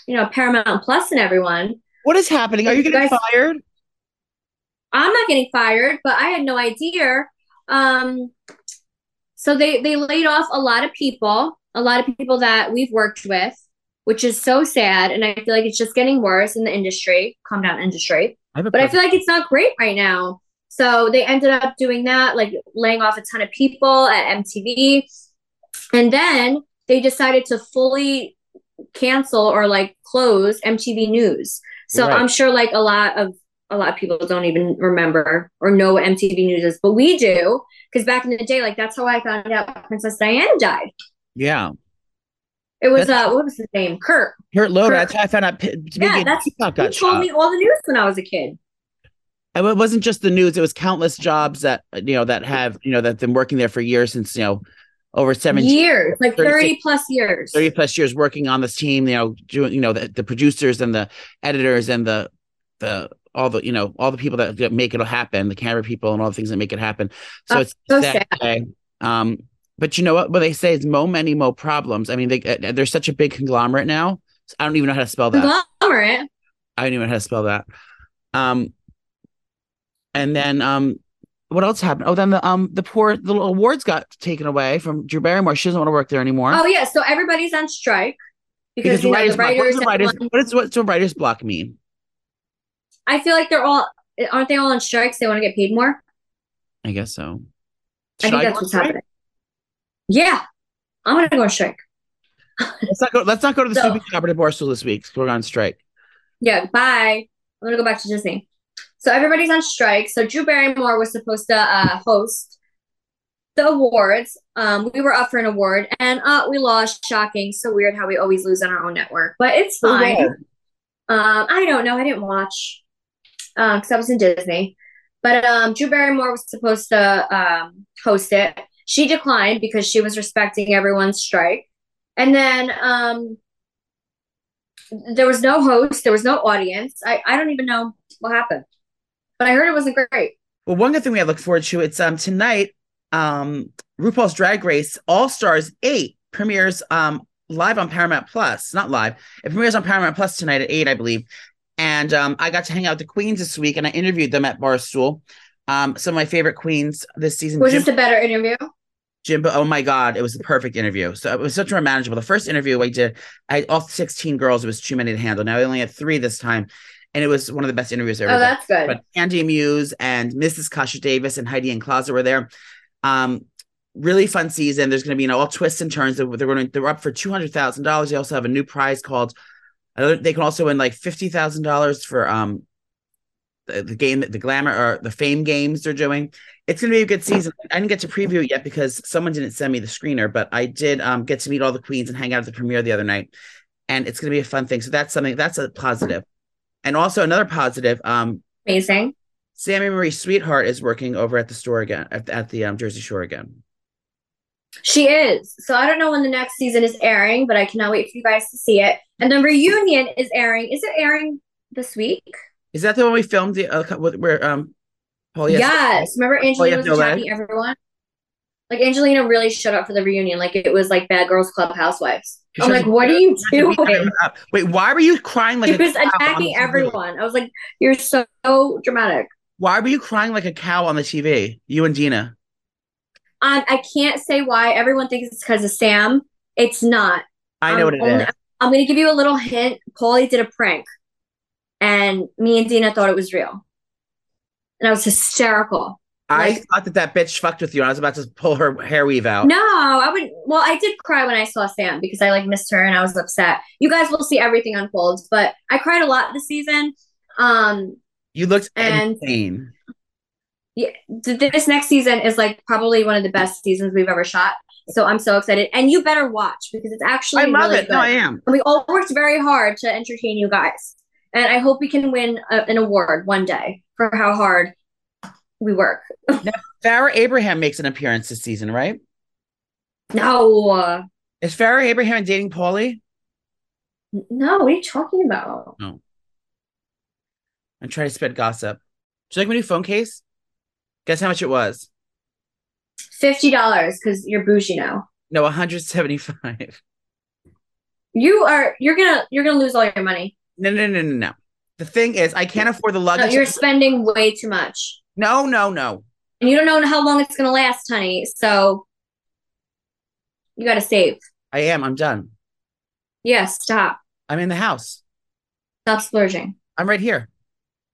S2: you know, Paramount Plus and everyone,
S4: What is happening? Are
S2: You
S4: you getting
S2: guys-
S4: fired?
S2: I'm not getting fired, but I had no idea. Um, so they they laid off a lot of people, a lot of people that we've worked with, which is so sad. And I feel like it's just getting worse in the industry, calm down industry.
S4: I have a
S2: But I
S4: perfect-
S2: feel like it's not great right now. So they ended up doing that, like laying off a ton of people at MTV. And then they decided to fully cancel or like close MTV News. So
S4: Right.
S2: I'm sure like a lot of a lot of people don't even remember or know what MTV News is, but we do because back in the day, like that's how I found out Princess Diana died.
S4: yeah.
S2: It was uh, what was his name? Kurt.
S4: Hurt Loder.
S2: Kurt-
S4: That's how I found out. P- Biggie
S2: that's-
S4: Tupac
S2: He
S4: got
S2: told
S4: shot.
S2: me all the news when I was a kid.
S4: And it wasn't just the news; it was countless jobs that you know that have you know that have been working there for years since you know over 17,
S2: years, like
S4: 36
S2: thirty plus years.
S4: 30 plus years working on this team. You know, doing you know the, the producers and the editors and the the all the you know all the people that, that make it happen, the camera people and all the things that make it happen. So
S2: Oh,
S4: it's
S2: so
S4: sad. day. Um, but you know what? What they say is "mo many, mo problems." I mean, they uh, they're such a big conglomerate now. I don't even know how to spell that.
S2: Conglomerate.
S4: I don't even know how to spell that. Um, and then um, what else happened? Oh, then the um the poor the little awards got taken away from Drew Barrymore. She doesn't want to work there anymore
S2: Oh yeah, so everybody's on strike because,
S4: because the
S2: you know,
S4: writers,
S2: the
S4: block- what
S2: writers.
S4: is the writers
S2: everyone-
S4: what is what's a writers block mean?
S2: I feel like they're all aren't they all on strikes? They want to get paid more.
S4: I guess so.
S2: I think
S4: Should go
S2: that's what's
S4: strike?
S2: happening. Yeah, I'm gonna go on strike.
S4: Let's not go. Let's not go to the
S2: So-
S4: stupid shop at Barstool this week. We're on strike.
S2: Yeah, bye. I'm gonna go back to Disney. So everybody's on strike. So Drew Barrymore was supposed to uh, host the awards. Um, we were up for an award, and uh, we lost. Shocking. So weird how we always lose on our own network, but it's
S4: Oh,
S2: fine. Um, I don't know. I didn't watch because I was in Disney. But um, Drew Barrymore was supposed to um, host it. She declined because she was respecting everyone's strike. And then um, there was no host, there was no audience. I, I don't even know what happened, but I heard it wasn't great.
S4: Well, one good thing we have to look forward to it's um tonight, um RuPaul's Drag Race All Stars Eight premieres um live on Paramount Plus. Not live, it premieres on Paramount Plus tonight at eight, I believe. And um, I got to hang out with the queens this week, and I interviewed them at Barstool. Um, some of my favorite queens this season.
S2: Was
S4: Jim-
S2: this a better interview?
S4: Jimbo, oh my God, it was the perfect interview. So it was such a manageable. The first interview I did, I all 16 girls, it was too many to handle. Now I only had three this time. and it was one of the best interviews I ever.
S2: Oh,
S4: done.
S2: that's good.
S4: But Andy Muse and Mrs. Kasha Davis and Heidi and Klaza were there. Um, really fun season. There's going to be you know all twists and turns. They're, they're going. They're up for two hundred thousand dollars. They also have a new prize called. another- They can also win like fifty thousand dollars for um the, the game, the glamour or the fame games they're doing. It's going to be a good season. I didn't get to preview it yet because someone didn't send me the screener, but I did um, get to meet all the queens and hang out at the premiere the other night, and it's going to be a fun thing. So that's something that's a positive, and also another positive. Um,
S2: Amazing.
S4: Sammy Marie Sweetheart is working over at the store again, at, at the um, Jersey Shore again.
S2: She is. So I don't know when the next season is airing, but I cannot wait for you guys to see it. And then reunion is airing. Is it airing this week?
S4: Is that the one we filmed the uh, with- where um Paul?
S2: yes.
S4: Yes. (laughs)
S2: Remember
S4: Oh, yeah,
S2: Angelina
S4: no
S2: was
S4: lie.
S2: attacking everyone? Like Angelina really showed up for the reunion. Like it was like Bad Girls Club Housewives.
S4: She
S2: I'm
S4: showed
S2: like,
S4: up-
S2: what are you
S4: She had to
S2: doing?
S4: beat everyone up. Wait, why were you crying (laughs) like
S2: (laughs) She
S4: a
S2: was
S4: cow on the
S2: attacking
S4: TV?
S2: everyone. I was like, you're so dramatic.
S4: Why were you crying like a cow on the TV? You and Gina.
S2: Um, I can't say why. Everyone thinks it's because of Sam. It's not.
S4: I
S2: Um,
S4: know what it is.
S2: only- I'm going to give you a little hint. Paulie did a prank, and me and Dina thought it was real. And I was hysterical.
S4: I
S2: like-
S4: thought that that bitch fucked with you. And I was about to pull her hair weave out.
S2: No, I would. Well, I did cry when I saw Sam because I like missed her and I was upset. You guys will see everything unfolds, but I cried a lot this season. Um,
S4: You looked
S2: And-
S4: insane.
S2: th- this next season is like probably one of the best seasons we've ever shot. So I'm so excited, and you better watch because it's actually
S4: I love
S2: really
S4: it. No,
S2: good.
S4: I am.
S2: And we all worked very hard to entertain you guys. And I hope we can win a, an award one day for how hard we work.
S4: Farrah Abraham makes an appearance this season, right?
S2: No, uh,
S4: Is Farrah Abraham dating Paulie?
S2: no, what are you talking about?
S4: I'm trying to spread gossip. Do you like my new phone case? Guess how much it was?
S2: $50 because you're bougie now.
S4: No, 175.
S2: You are you're gonna you're gonna lose all your money.
S4: No, no, no, no, no. The thing is, I can't afford the
S2: No,
S4: luggage.
S2: you're spending way too much.
S4: No, no, no.
S2: And you don't know how long it's gonna last, honey. So you gotta save.
S4: I am. I'm done.
S2: Yes, stop.
S4: I'm in the house.
S2: Stop splurging.
S4: I'm right here.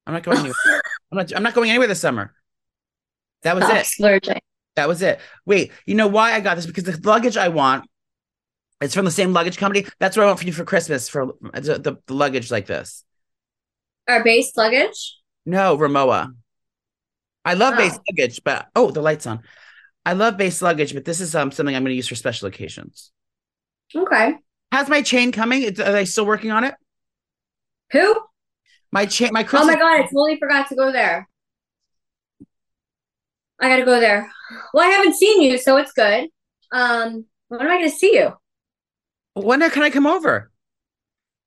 S4: I'm not going anywhere.
S2: (laughs)
S4: I'm not. I'm not going anywhere this summer. That was
S2: Stop
S4: it.
S2: splurging.
S4: That was it. Wait, you know why I got this? Because the luggage I want, it's from the same luggage company. That's what I want for you for Christmas for the, the, the luggage like this.
S2: Our base luggage?
S4: No, Ramoa. I love
S2: Oh.
S4: base luggage, but oh, the light's on. I love base luggage, but this is um, something I'm going to use for special occasions.
S2: Okay.
S4: How's my chain coming? It's- Are they still working on it?
S2: Who?
S4: My chain, my
S2: Oh
S4: Christmas.
S2: my god, I totally forgot to go there. I gotta go there. Well, I haven't seen you, so it's good. Um, when am I gonna see you?
S4: When can I come over?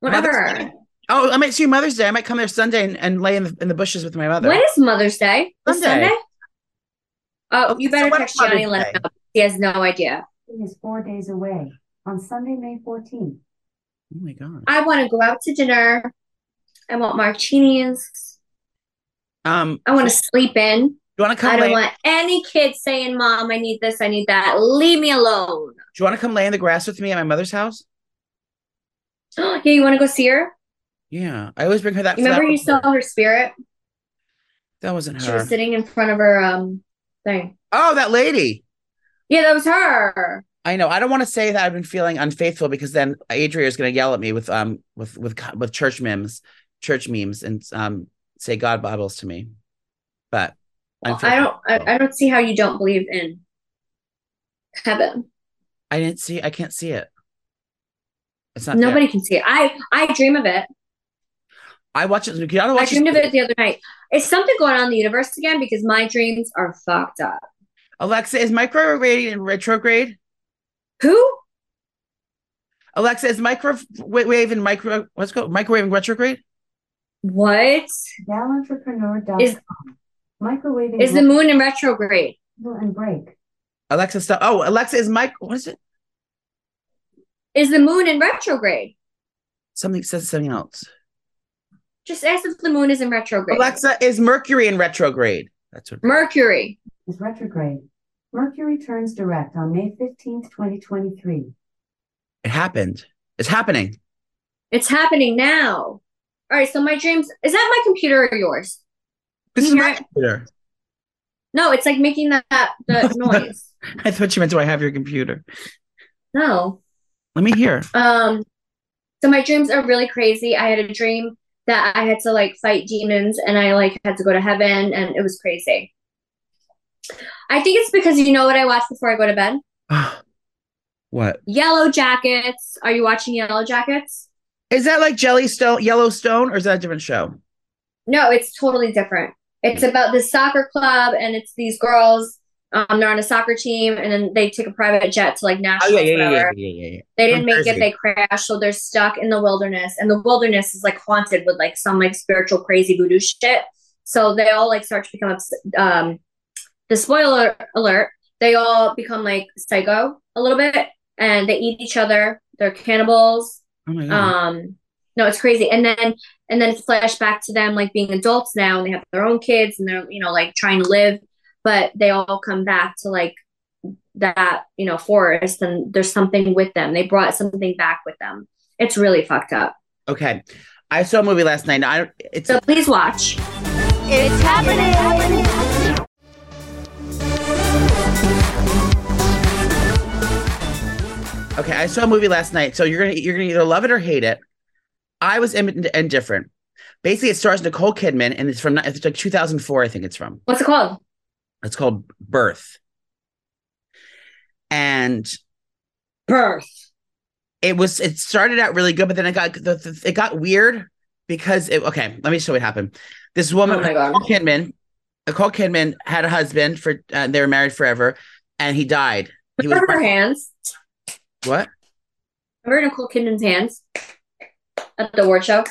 S4: Mother's
S2: Whenever.
S4: Day. Oh, I might see you Mother's Day. I might come there Sunday and, and lay in the, in the bushes with my mother.
S2: When is Mother's Day? This
S4: Sunday.
S2: Sunday. Oh,
S4: Okay,
S2: you
S4: so
S2: better
S4: when
S2: text
S4: is Mother's
S2: Johnny and let
S4: Day?
S2: him know. He has no idea.
S1: It is four days away. On Sunday, May 14th.
S4: Oh my god.
S2: I want to go out to dinner. I want martinis.
S4: Um,
S2: I want to sleep in.
S4: do you want to
S2: I
S4: come?
S2: don't
S4: Lay,
S2: want any kids saying, "Mom, I need this. I need that." Leave me alone. (gasps)
S4: do you want to come lay in the grass with me at my mother's house?
S2: yeah, you want to go see her?
S4: Yeah, I always bring her that.
S2: Remember
S4: flower.
S2: you saw her spirit?
S4: That wasn't
S2: She
S4: her.
S2: was sitting in front of her um thing.
S4: oh, that lady.
S2: Yeah, that was her.
S4: I know. I don't want to say that I've been feeling unfaithful because then Adria is going to yell at me with um with with co- with church memes, church memes, and um say God Bibles to me. But I'm
S2: I don't. I,
S4: I,
S2: I don't see how you don't believe in heaven.
S4: didn't see. I can't see it. It's not nobody.
S2: Nobody can see it. I I dream of it.
S4: I watch it. You gotta
S2: I
S4: watch
S2: dreamed of
S4: it.
S2: it the other night. Is something going on in the universe again? Because my dreams are fucked up.
S4: Alexa is microwave in retrograde.
S2: Who?
S4: Alexa is microwave and micro. What's it called microwave and retrograde?
S2: What
S1: Valentrepreneur.com.
S2: Is-
S1: Microwaving
S2: is
S4: Mm-hmm.
S2: the moon in retrograde?
S1: rectangle and break.
S4: Alexa stuff. Oh, Alexa is mic. What is it?
S2: Is the moon in retrograde?
S4: Something says something else.
S2: Just ask if the moon is in retrograde.
S4: Alexa is Mercury in retrograde. That's what.
S2: Mercury.
S1: Is retrograde. Mercury turns direct on May 15th, 2023.
S4: It happened. It's happening.
S2: It's happening now. All right, so my dreams is that my computer or yours?
S4: This is
S2: Can you
S4: my
S2: hear it?
S4: computer.
S2: No, it's like making that
S4: (laughs)
S2: the noise.
S4: I thought you meant, do I have your computer?
S2: No.
S4: Let me hear. (sighs)
S2: Um, so my dreams are really crazy. I had a dream that I had to like fight demons and I like had to go to heaven and it was crazy. I think it's because you know what I watch before I go to bed?
S4: what?
S2: Yellow Jackets. Are you watching Yellow Jackets?
S4: Is that like Jellystone, Yellowstone, or is that a different show?
S2: No, it's totally different. It's about this soccer club and it's these girls. Um, they're on a soccer team and then they take a private jet to like Nashville. whatever.
S4: Oh, yeah, yeah.
S2: They
S4: From
S2: didn't make
S4: Jersey.
S2: it. They crashed, so they're stuck in the wilderness, and the wilderness is like haunted with like some like spiritual crazy voodoo shit. So they all like start to become obs- um. The spoiler alert: they all become like psycho a little bit, and they eat each other. They're cannibals.
S4: Oh my god.
S2: Um, no, it's crazy. And then and then it's flashback to them like being adults now, and they have their own kids, and they're you know like trying to live, but they all come back to like that you know forest, and there's something with them. They brought something back with them. It's really fucked up.
S4: okay. I saw a movie last night. I it's
S2: So please watch.
S5: It's happening.
S4: okay. I saw a movie last night. So you're gonna you're gonna either love it or hate it. I was im- indifferent. Basically, it stars Nicole Kidman, and it's from it's like 2004. I think it's from.
S2: What's it called?
S4: It's called Birth. And
S2: Birth.
S4: it was it started out really good, but then it got the, the, it got weird because it okay. Let me show you what happened. This woman,
S2: Oh my God.
S4: Nicole Kidman, Nicole Kidman had a husband for uh, they were married forever, and he died. He was
S2: Remember her hands.
S4: what?
S2: Remember Nicole Kidman's hands at the award show.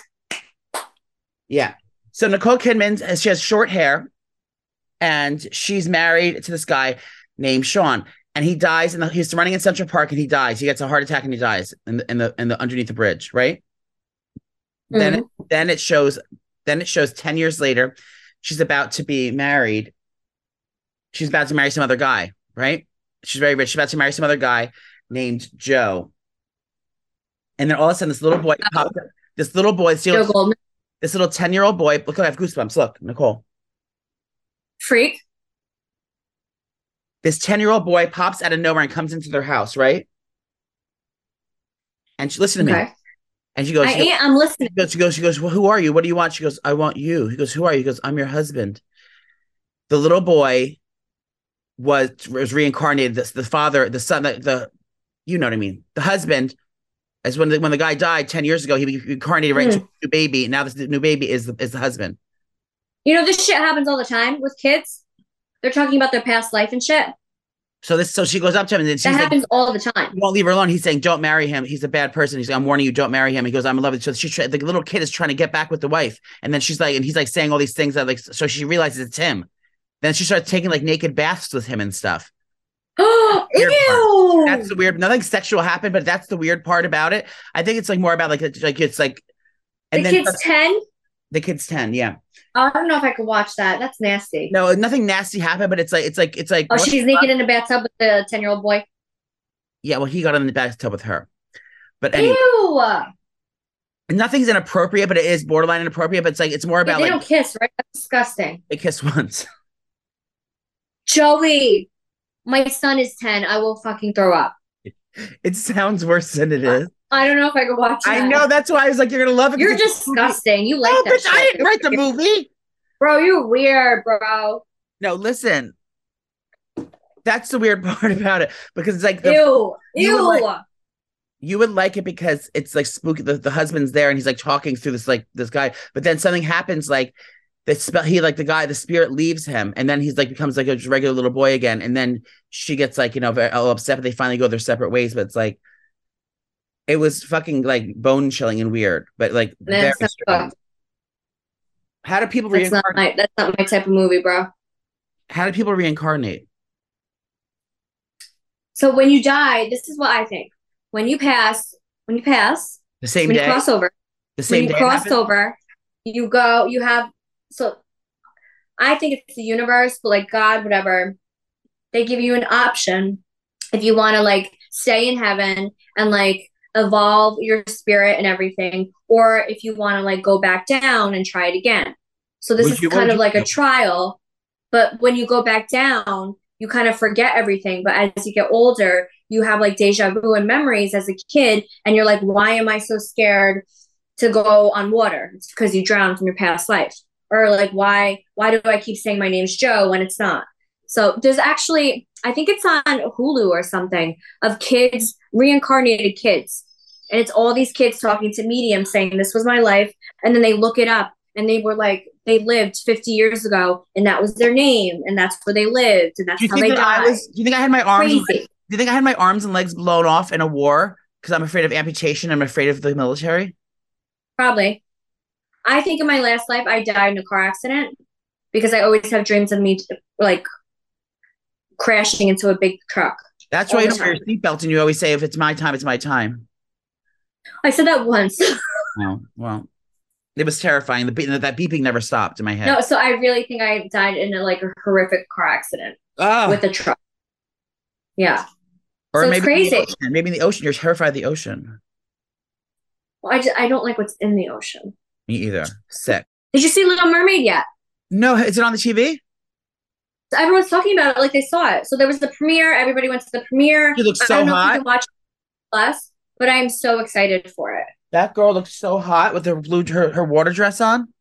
S4: Yeah. So Nicole Kidman, uh, she has short hair, and she's married to this guy named Sean, and he dies. And he's running in Central Park, and he dies. He gets a heart attack, and he dies in the in the, in the underneath the bridge, right? Then
S2: Mhm.
S4: then it shows then it shows 10 years later she's about to be married she's about to marry some other guy right she's very rich she's about to marry some other guy named joe and then all of a sudden this little boy popped up this little boy this
S2: Joe
S4: little,
S2: Goldman,
S4: this little 10 year old boy look i have goosebumps look nicole
S2: freak.
S4: this 10 year old boy pops out of nowhere and comes into their house right and she listen to me
S2: Okay,
S4: and she goes,
S2: I
S4: she goes
S2: am. I'm listening.
S4: She goes, she goes, she goes, well, who are you? What do you want? She goes, I want you. He goes, who are you? He goes, I'm your husband. The little boy was was reincarnated. The, the father, the son, the, the you know what I mean. The husband, as when the, when the guy died ten years ago, he reincarnated right
S2: Hmm.
S4: into a new baby. Now this new baby is the, is the husband.
S2: You know, this shit happens all the time with kids. They're talking about their past life and shit.
S4: So this, so she goes up to him and then she's
S2: that
S4: like,
S2: happens all the time. (gasps)
S4: you won't leave her alone. He's saying, don't marry him. He's a bad person. He's like, I'm warning you, don't marry him. He goes, I'm in love with you. So she's try- the little kid is trying to get back with the wife. And then she's like, and he's like saying all these things that like, so she realizes it's him. Then she starts taking like naked baths with him and stuff.
S2: Oh,
S4: Weird
S2: ew!
S4: That's the weird, nothing sexual happened, but that's the weird part about it. I think it's like more about like, it's, like it's like, and
S2: the
S4: then
S2: kid's ten.
S4: the kid's 10. Yeah.
S2: Oh, I don't know if I could watch that. That's nasty.
S4: No, nothing nasty happened, but it's like, it's like, it's like,
S2: oh,
S4: what-
S2: she's naked in a bathtub with the ten-year-old boy.
S4: yeah, well, he got in the bathtub with her. But anyway,
S2: Ew!
S4: nothing's inappropriate, but it is borderline inappropriate. But it's like, it's more
S2: Yeah,
S4: about
S2: they
S4: like,
S2: don't kiss, right? That's disgusting.
S4: they kiss (laughs) once.
S2: Joey, my son is ten. I will fucking throw up.
S4: (laughs) It sounds worse than it is.
S2: I don't know if I could watch.
S4: I
S2: that.
S4: know. That's why I was like, "You're gonna love it."
S2: You're
S4: 'cause it's-
S2: disgusting. You like
S4: No,
S2: that
S4: bitch, I
S2: shit.
S4: didn't write the movie.
S2: bro. You're weird, bro.
S4: No, listen. That's the weird (laughs) part about it because it's like the,
S2: Ew!
S4: you
S2: Ew!
S4: were you would like it because it's like spooky. The, the husband's there and he's like talking through this like this guy, but then something happens like the spell. He like the guy, the spirit leaves him, and then he's like becomes like a regular little boy again, and then she gets like you know very all upset. But they finally go their separate ways. But it's like it was fucking like bone chilling and weird, but like very
S2: That's not
S4: strange. How do people
S2: uh, That's not my.
S4: reincarnate?
S2: That's not my type of movie, bro.
S4: How do people reincarnate?
S2: So when you die, this is what I think. When you pass, when you pass,
S4: The same
S2: when you
S4: day.
S2: cross over,
S4: the
S2: when
S4: same day.
S2: you
S4: it
S2: cross
S4: happened?
S2: over, you go, you have so I think it's the universe, but like God, whatever, they give you an option if you want to like stay in heaven and like evolve your spirit and everything, or if you want to like go back down and try it again. So this
S4: Would you-
S2: is
S4: what would
S2: kind of
S4: you-
S2: like a trial, but when you go back down, you kind of forget everything. But as you get older, you have like deja vu and memories as a kid, and you're like, why am I so scared to go on water? It's because you drowned from your past life. Or like why why do I keep saying my name's Joe when it's not? So there's actually, I think it's on Hulu or something of kids, reincarnated kids. And it's all these kids talking to mediums saying, This was my life. And then they look it up and they were like, They lived 50 years ago and that was their name and that's where they lived and that's
S4: Do you
S2: how
S4: think
S2: they
S4: that I
S2: died.
S4: was? Do you think I had my arms? and-
S2: Crazy.
S4: Do you think I had my arms and legs blown off in a war because I'm afraid of amputation? I'm afraid of the military.
S2: Probably. I think in my last life, I died in a car accident because I always have dreams of me like crashing into a big truck.
S4: That's why
S2: All
S4: you
S2: the
S4: don't wear your seatbelt and you always say, "If it's my time, it's my time."
S2: I said that once.
S4: Oh well, it was terrifying. The be- that beeping never stopped in my head.
S2: no, so I really think I died in a like a horrific car accident
S4: Ah,
S2: with a truck. Yeah.
S4: or
S2: so it's
S4: maybe in the
S2: crazy.
S4: ocean. maybe in the ocean. You're terrified of the ocean.
S2: Well, I just I don't like what's in the ocean.
S4: Me either. Sick.
S2: Did you see Little Mermaid yet?
S4: No, is it on the TV?
S2: So Everyone's talking about it like they saw it. So there was the premiere. Everybody went to the premiere.
S4: She looks
S2: I
S4: so
S2: don't know if
S4: hot.
S2: you can watch it plus, but I am so excited for it.
S4: That girl looks so hot with her blue her, her water dress on.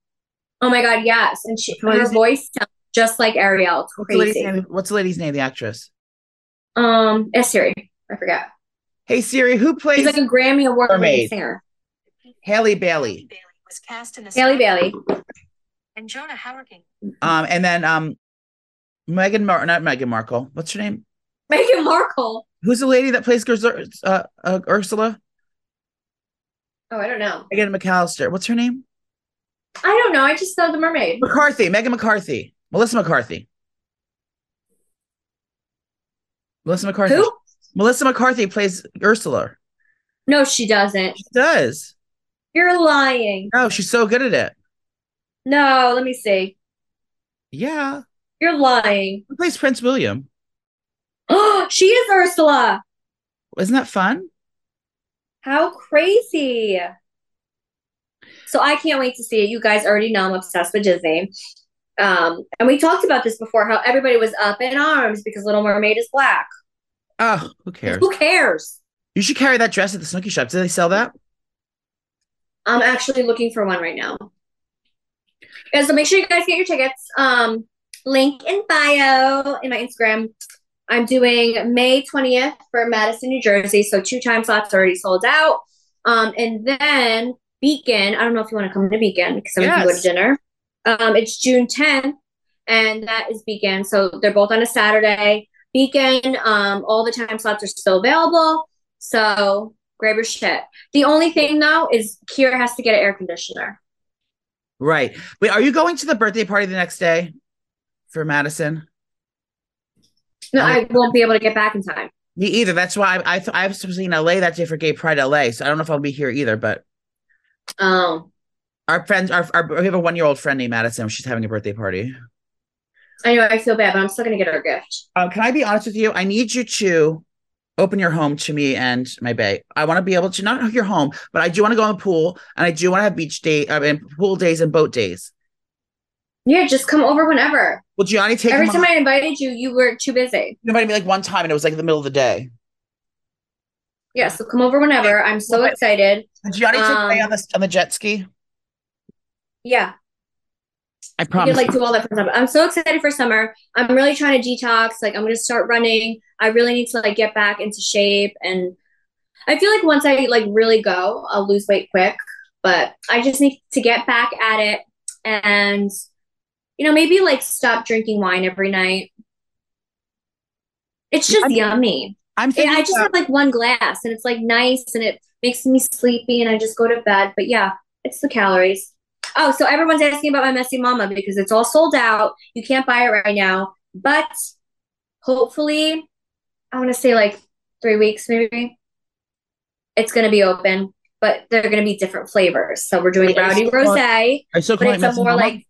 S2: Oh my god, yes! And she, her
S4: Crazy.
S2: voice sounds just like Ariel. It's
S4: What's the, lady's
S2: crazy.
S4: name? What's the lady's name? The actress.
S2: Um, it's Siri. I forgot.
S4: Hey Siri, who
S2: She's
S4: plays
S2: like a Grammy award-winning
S4: Mermaid.
S2: singer.
S4: Haley Bailey?
S5: was cast in a
S2: Haley Bailey.
S5: and Jonah Howard.
S4: Um, and then um, Megan Mar- not Megan Markle. What's her name?
S2: Meghan Markle.
S4: Who's the lady that plays Gerzer- uh, uh, Ursula?
S2: Oh, I don't know.
S4: Megan McAllister. What's her name?
S2: I don't know. I just saw the mermaid.
S4: McCarthy. Megan McCarthy. Melissa McCarthy. Melissa McCarthy.
S2: Who?
S4: Melissa McCarthy plays Ursula.
S2: No, she doesn't.
S4: She does.
S2: You're lying.
S4: No, she's so good at it.
S2: No, let me see.
S4: Yeah.
S2: You're lying. (gasps)
S4: Who plays Prince William?
S2: Oh, she is Ursula.
S4: Isn't that fun?
S2: How crazy. So I can't wait to see it. You guys already know I'm obsessed with Disney. Um, and we talked about this before how everybody was up in arms because Little Mermaid is black.
S4: Oh, who cares?
S2: Who cares?
S4: You should carry that dress at the Snooki shop. Do they sell that?
S2: I'm actually looking for one right now. Yeah, so make sure you guys get your tickets. Um, link in bio in my Instagram. I'm doing May 20th for Madison, New Jersey. So two time slots already sold out. Um, and then Beacon. I don't know if you want to come to Beacon because I'm going to go
S4: Yes.
S2: to dinner. Um, it's June 10th, and that is Beacon. So they're both on a Saturday. Beacon. Um, all the time slots are still available. So grab your shit. The only thing though is Kier has to get an air conditioner.
S4: Right. Wait, are you going to the birthday party the next day for Madison?
S2: No, I won't be able to get back in time.
S4: Me either. That's why I I, th- I was supposed to be in LA that day for Gay Pride LA. So I don't know if I'll be here either. But
S2: Um,
S4: our friends, our, our we have a one year old friend named Madison. She's having a birthday party.
S2: I know I feel bad, but I'm still gonna get her a gift.
S4: Um, can I be honest with you? I need you to open your home to me and my bae. I want to be able to not your home, but I do want to go in the pool and I do want to have beach day uh, and pool days and boat days.
S2: Yeah, just come over whenever.
S4: Will Gianni take
S2: Every
S4: him
S2: time
S4: on-
S2: I invited you, you were too busy.
S4: you invited me like one time and it was like in the middle of the day.
S2: Yeah, so come over whenever. I'm so excited.
S4: Did Gianni take
S2: Um,
S4: me on the on the jet ski?
S2: Yeah,
S4: I
S2: we could
S4: promise.
S2: like do all that for summer. I'm so excited for summer. I'm really trying to detox. Like I'm gonna start running. I really need to like get back into shape, and I feel like once I like really go, I'll lose weight quick. But I just need to get back at it, and you know maybe like stop drinking wine every night. It's just
S4: I'm-
S2: yummy.
S4: I'm
S2: And
S4: thinking
S2: I just
S4: about-
S2: have like one glass, and it's like nice, and it makes me sleepy, and I just go to bed. But yeah, it's the calories. Oh, so everyone's asking about my messy mama because it's all sold out. You can't buy it right now, but hopefully, I want to say like three weeks maybe. It's gonna be open, but they're gonna be different flavors. So we're doing
S4: Wait, I
S2: rowdy
S4: still want-
S2: rosé,
S4: I still
S2: but
S4: call it
S2: it's a
S4: Messy
S2: more
S4: Mama?
S2: like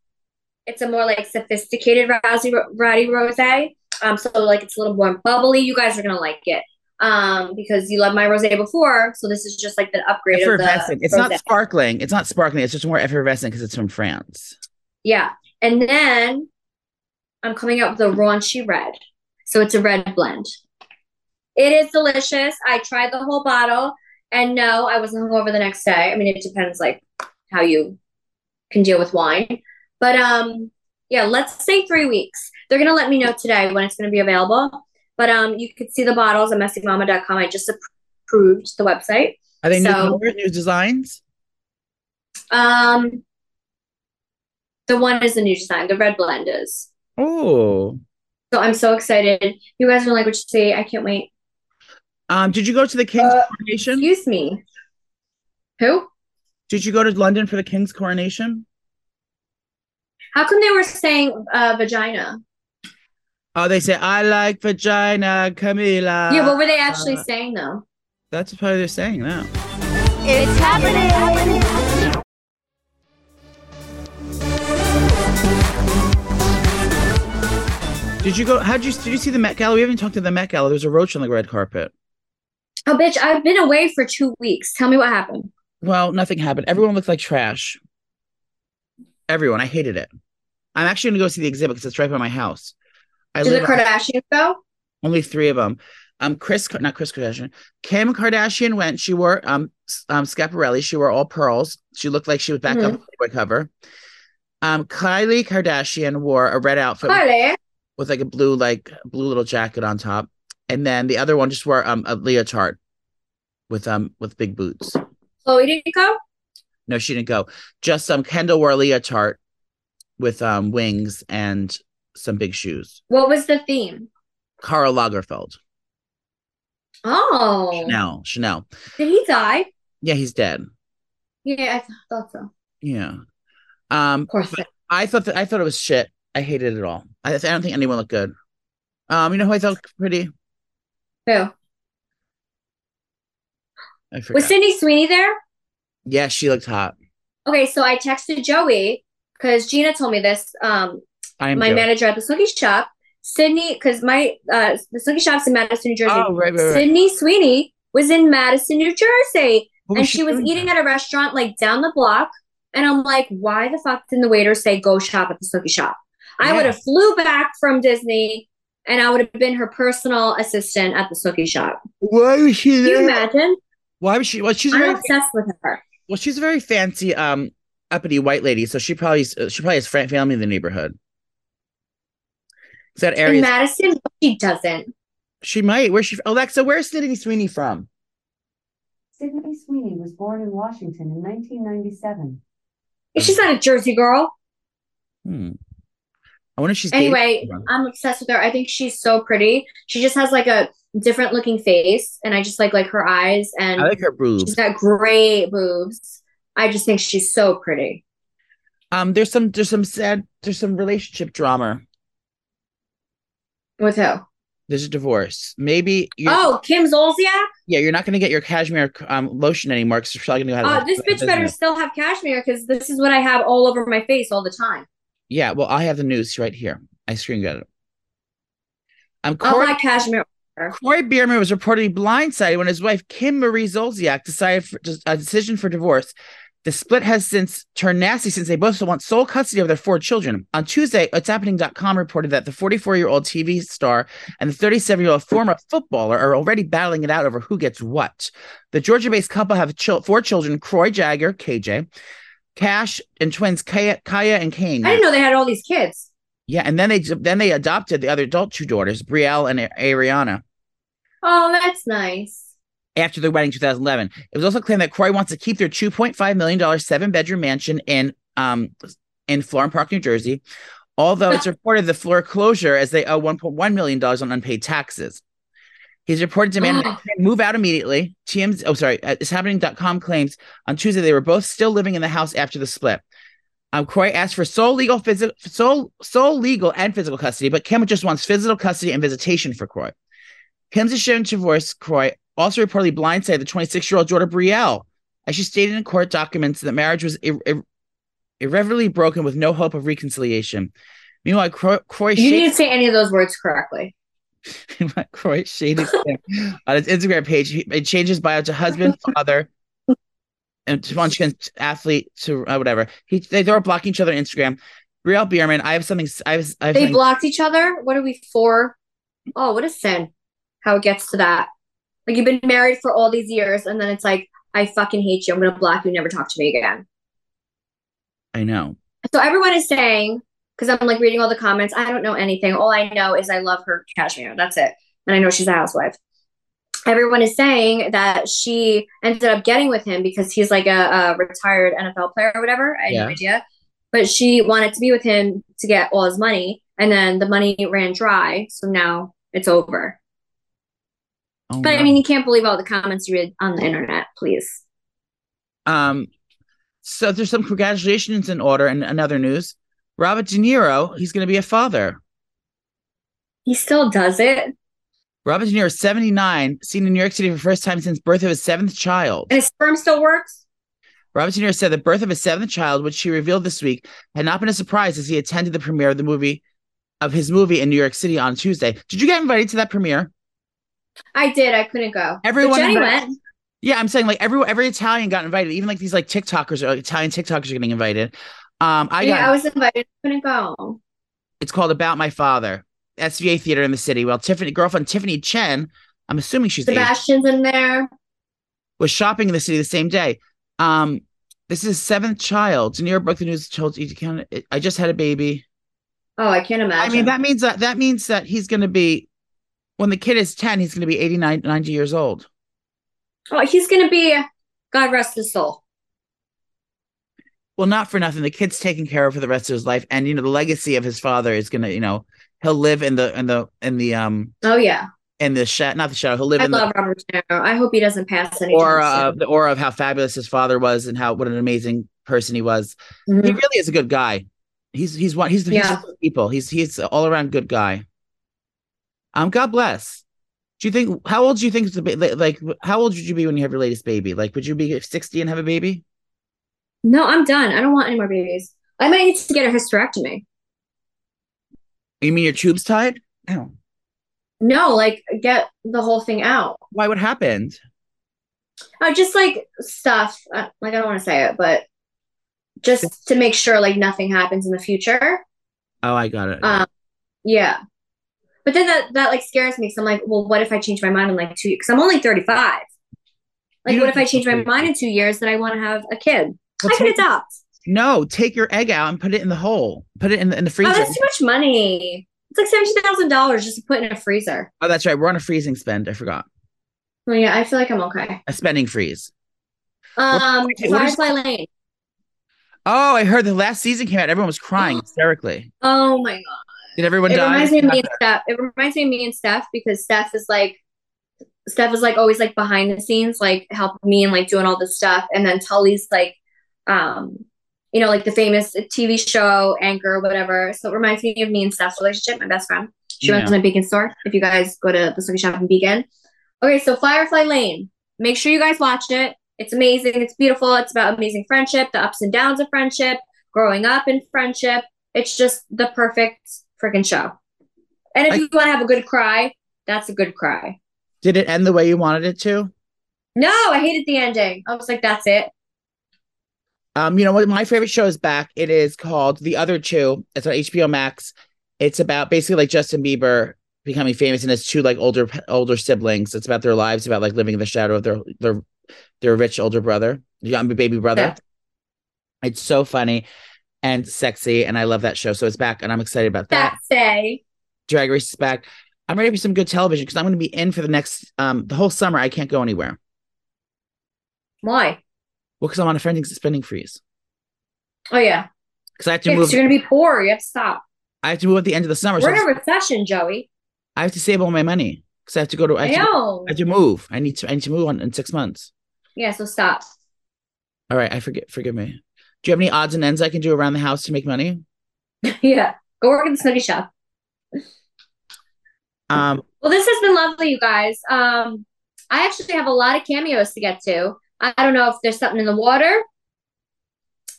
S2: it's a more like sophisticated rowdy rowdy rosé. Um, so like it's a little more bubbly. You guys are gonna like it. um, because you loved my rosé before, so this is just like the upgrade of the
S4: effervescent. It's
S2: rosé.
S4: not sparkling. It's not sparkling. It's just more effervescent because it's from France.
S2: Yeah. And then I'm coming out with a raunchy red. So it's a red blend. It is delicious. I tried the whole bottle and no, I wasn't hungover the next day. I mean, it depends like how you can deal with wine. But um yeah, let's say three weeks. They're gonna let me know today when it's gonna be available. But um you could see the bottles at messymama.com. I just approved the website.
S4: Are they
S2: So-
S4: new colors, new designs?
S2: Um the one is the new design, the red blend is.
S4: Oh.
S2: So I'm so excited. You guys are like, what you say? I can't wait.
S4: Um, did you go to the King's
S2: Uh,
S4: coronation?
S2: Excuse me. Who?
S4: Did you go to London for the King's coronation?
S2: How come they were saying uh, vagina?
S4: Oh, they say I like vagina, Camila.
S2: yeah, what were they actually
S4: Uh,
S2: saying though?
S4: That's probably they're saying now.
S6: It's happening.
S4: Did you go? How'd you did you see the Met Gala? We haven't talked to the Met Gala. There's a roach on the red carpet.
S2: Oh, bitch, I've been away for two weeks. Tell me what happened.
S4: Well, nothing happened. Everyone looked like trash. Everyone, I hated it. I'm actually gonna go see the exhibit because it's right by my house. I
S2: Did the
S4: live
S2: Kardashians go?
S4: only three of them. Um, Chris, not Chris Kardashian. Kim Kardashian went. She wore um s- um Scaparelli. She wore all pearls. She looked like she was back on the Playboy cover. Um, Kylie Kardashian wore a red outfit with,
S2: Kylie.
S4: with, like a blue like blue little jacket on top, and then the other one just wore um a leotard with um with big boots.
S2: Chloe didn't go?
S4: No, she didn't go. Just um Kendall wore a leotard with um wings and some big shoes.
S2: What was the theme?
S4: Karl Lagerfeld.
S2: Oh.
S4: Chanel. Chanel.
S2: Did he die?
S4: Yeah, he's dead.
S2: Yeah, I th- thought so. Of
S4: Yeah. Um,
S2: course.
S4: I thought that I thought it was shit. I hated it all. I, I don't think anyone looked good. Um, you know who I thought looked pretty?
S2: Who?
S4: I forgot.
S2: Was Cindy Sweeney there?
S4: yeah, she looked hot.
S2: Okay, so I texted Joey because Gina told me this um,
S4: I am
S2: my
S4: Joe.
S2: manager at the Snooki shop, Sydney, because my uh, the Snooki shop's in Madison, New Jersey.
S4: Oh, right, right, right.
S2: Sydney Sweeney was in Madison, New Jersey,
S4: What
S2: and she was
S4: doing
S2: eating
S4: there?
S2: at a restaurant like down the block. And I'm like, why the fuck didn't the waiter say go shop at the Snooki shop? I
S4: Yeah.
S2: would have flew back from Disney, and I would have been her personal assistant at the Snooki shop.
S4: Why was she
S2: Can you
S4: there?
S2: imagine?
S4: Why was she? Well, she's a
S2: I'm
S4: very
S2: obsessed with her.
S4: well. She's a very fancy, um, uppity white lady. So she probably uh, she probably has fran- family in the neighborhood. Is that
S2: In
S4: area?
S2: Madison, she doesn't.
S4: she might. Where's she? Alexa, where's Sydney Sweeney from?
S1: Sydney Sweeney was born in Washington in 1997.
S2: She's not a Jersey girl.
S4: Hmm. I wonder if she's dating
S2: Anyway,
S4: someone.
S2: I'm obsessed with her. I think she's so pretty. She just has like a different looking face, and I just like like her eyes, and
S4: I like her boobs.
S2: she's got great boobs. I just think she's so pretty.
S4: Um, there's some there's some sad there's some relationship drama.
S2: With who?
S4: There's a divorce. Maybe you're,
S2: Oh, Kim Zolciak.
S4: yeah, you're not gonna get your cashmere um, lotion anymore because you're probably gonna go
S2: Oh,
S4: out of
S2: this bitch better
S4: business.
S2: still have cashmere because this is what I have all over my face all the time.
S4: Yeah, well, I have the news right here. I screen got it. Um,
S2: Oh,
S4: Corey,
S2: my cashmere.
S4: Corey Bierman was reportedly blindsided when his wife Kim Marie Zolciak decided for, just a decision for divorce. The split has since turned nasty since they both want sole custody of their four children. On Tuesday, It's Happening.com reported that the 44 year old TV star and the 37 year old former footballer are already battling it out over who gets what. The Georgia based couple have chil- four children Croy Jagger, KJ, Cash, and twins Kaya, Kaya and Kane.
S2: I didn't know they had all these kids.
S4: Yeah, and then they then they adopted the other adult two daughters, Brielle and A- Ariana,
S2: Oh, that's nice.
S4: after their wedding in 2011. It was also claimed that Corey wants to keep their 2.5 million dollar seven bedroom mansion in um in Florham Park, New Jersey. Although it's reported the foreclosure as they owe 1.1 million dollars on unpaid taxes. He's reported
S2: (gasps)
S4: demanding that they move out immediately. TMZ, oh sorry, uh, it's happening.com claims on Tuesday they were both still living in the house after the split. Um, Corey asked for sole legal physical sole sole legal and physical custody, but Kim just wants physical custody and visitation for Croy. Kim's decision to divorce Croy also reportedly blindsided the 26 year old daughter Brielle, as she stated in court documents that marriage was ir- ir- irreparably broken with no hope of reconciliation. Meanwhile, Croy, Croy
S2: You
S4: shakes-
S2: didn't say any of those words correctly.
S4: (laughs) Croy shaded him on his Instagram page. He, it changed his bio
S2: (laughs)
S4: to husband, father, and Munchkin athlete to uh, whatever. He they they were blocking each other on Instagram. Brielle Bierman, I have something. s- I have. I have
S2: They
S4: something-
S2: blocked each other. What are we for? Oh, what a sin. How it gets to that. Like you've been married for all these years and then it's like, I fucking hate you. I'm gonna block you, never talk to me again.
S4: I know.
S2: So everyone is saying, because I'm like reading all the comments, I don't know anything. All I know is I love her cashmere. That's it. And I know she's a housewife. Everyone is saying that she ended up getting with him because he's like a, a retired NFL player or whatever. I had
S4: Yeah.
S2: no idea. But she wanted to be with him to get all his money. And then the money ran dry. So now it's over.
S4: Oh,
S2: But I
S4: no.
S2: mean, you can't believe all the comments you read on the internet, please.
S4: Um, so there's some congratulations in order and another news. Robert De Niro, he's going to be a father.
S2: He still does it.
S4: Robert De Niro, is 79, seen in New York City for the first time since birth of his seventh child.
S2: And his sperm still works.
S4: Robert De Niro said the birth of his seventh child, which she revealed this week, had not been a surprise as he attended the premiere of the movie of his movie in New York City on Tuesday. Did you get invited to that premiere?
S2: I did. I couldn't go. But
S4: Everyone
S2: Jenny
S4: in the-
S2: went.
S4: Yeah, I'm saying like every every Italian got invited, even like these like TikTokers or like, Italian TikTokers are getting invited. Um, I got
S2: yeah, I was invited. I couldn't go.
S4: It's called About My Father, SVA Theater in the City. Well, Tiffany, girlfriend Tiffany Chen, I'm assuming she's Asian,
S2: Sebastian's in there.
S4: was shopping in the city the same day. Um, this is his seventh child. De Niro broke the news told you can I just had a baby.
S2: Oh, I can't
S4: I
S2: imagine.
S4: mean, that means that that means that he's gonna be when the kid is 10, he's gonna be 89, 90 years old.
S2: oh, he's gonna be God rest his soul.
S4: Well, not for nothing. The kid's taken care of for the rest of his life. And you know, the legacy of his father is gonna, you know, he'll live in the in the in the um
S2: Oh yeah,
S4: in the shadow not the shadow, he'll live
S2: I
S4: in the uh,
S2: love Robert De Niro. I hope he doesn't pass anytime
S4: aura of the aura of how fabulous his father was and how what an amazing person he was.
S2: soon.
S4: He
S2: Mhm.
S4: really is a good guy. He's he's one he's the he's
S2: Yeah.
S4: one of the people. He's he's an all around good guy. Um, God bless. Do you think how old do you think is the ba- li- like how old would you be when you have your latest baby? Like, would you be sixty and have a baby?
S2: No, I'm done. I don't want any more babies. I might need to get a hysterectomy.
S4: You mean your tubes tied? No.
S2: No, like get the whole thing out.
S4: Why? What happened?
S2: I just like stuff. Uh, like I don't want to say it, but just to make sure like nothing happens in the future.
S4: Oh, I got it.
S2: Um, yeah. But then that that like scares me because I'm like, well, what if I change my mind in like two years? Because I'm only 35. Like, what
S4: You don't
S2: if I
S4: think
S2: change my
S4: you'll be-
S2: mind in two years that I want to have a kid?
S4: Well,
S2: I could
S4: take-
S2: adopt.
S4: no, take your egg out and put it in the hole. Put it in the, in the
S2: Oh,
S4: freezer.
S2: that's too much money. It's like seventeen thousand dollars just to put in a freezer.
S4: oh, that's right. We're on a freezing spend. I forgot
S2: Well, yeah, I feel like I'm okay.
S4: a spending freeze.
S2: Um,
S4: okay, what is-
S2: Firefly Lane.
S4: Oh, I heard the last season came out. Everyone was crying
S2: (gasps)
S4: hysterically.
S2: Oh my god,
S4: Did everyone
S2: it
S4: die?
S2: reminds me of me and Steph. It reminds me of me and Steph because Steph is like, Steph is like always like behind the scenes, like helping me and like doing all this stuff, and then Tully's like, um, you know, like the famous TV show anchor, whatever. So it reminds me of me and Steph's relationship, my best friend. She runs my Beacon store. If you guys go to the cookie shop in Beacon. Okay, so Firefly Lane. Make sure you guys watch it. It's amazing. It's beautiful. It's about amazing friendship, the ups and downs of friendship, growing up in friendship. It's just the perfect freaking show. And if
S4: I-
S2: you want to have a good cry, that's a good cry.
S4: Did it end the way you wanted it to?
S2: No, I hated the ending. I was like, that's it.
S4: Um, you know what? My favorite show is back. It is called The Other Two. It's on HBO Max. It's about basically like Justin Bieber becoming famous and his two like older older siblings. It's about their lives, about like living in the shadow of their their their rich older brother, young baby brother.
S2: Yeah.
S4: It's so funny and sexy, and I love that show. So it's back, and I'm excited about that.
S2: That's it.
S4: Drag Race is back. I'm ready for some good television because I'm going to be in for the next um the whole summer. I can't go anywhere.
S2: Why?
S4: Well, because I'm on a spending spending freeze.
S2: Oh, yeah.
S4: Because I have to
S2: Yeah, 'cause
S4: move.
S2: you're going to be poor. You have to stop.
S4: I have to move at the end of the summer. So
S2: We're
S4: I
S2: in
S4: have
S2: a recession, Joey.
S4: to- I have to save all my money because I have to go to. I
S2: I
S4: have to,
S2: know.
S4: I have to move. I need to. I need to move on in six months.
S2: Yeah, so stop. (laughs)
S4: All right. I forget. Forgive me. Do you have any odds and ends I can do around the house to make money?
S2: yeah. Go work in the snooty shop.
S4: Um.
S2: Well, this has been lovely, you guys. Um, I actually have a lot of cameos to get to. I I don't know if there's something in the water,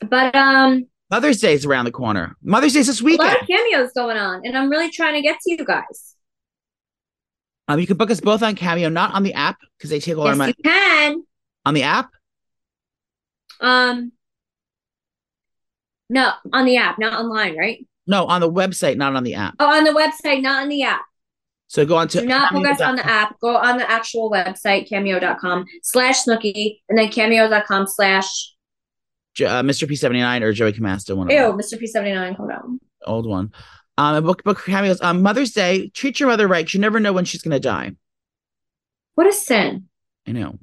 S2: but um,
S4: Mother's Day is around the corner. Mother's Day's this
S2: a
S4: weekend.
S2: lot of cameos going on, and I'm really trying to get to you guys.
S4: Um, you can book us both on Cameo, not on the app because they take all our
S2: Yes,
S4: money
S2: you can.
S4: on the app.
S2: Um, no, on the app, not online, right?
S4: No, on the website, not on the app.
S2: Oh, on the website, not on the app.
S4: So go on to
S2: Do not book us on the
S4: cameo.com.
S2: app. Go on the actual website, cameo.com slash snooky, and then cameo.com slash
S4: J- uh, Mr. P seventy nine or Joey Camasta, one
S2: ew,
S4: of them,
S2: Mr. P79. Hold on.
S4: old one. Um, and book book cameos on Mother's Day. Treat your mother right. You never know when she's gonna die.
S2: What a sin.
S4: I know.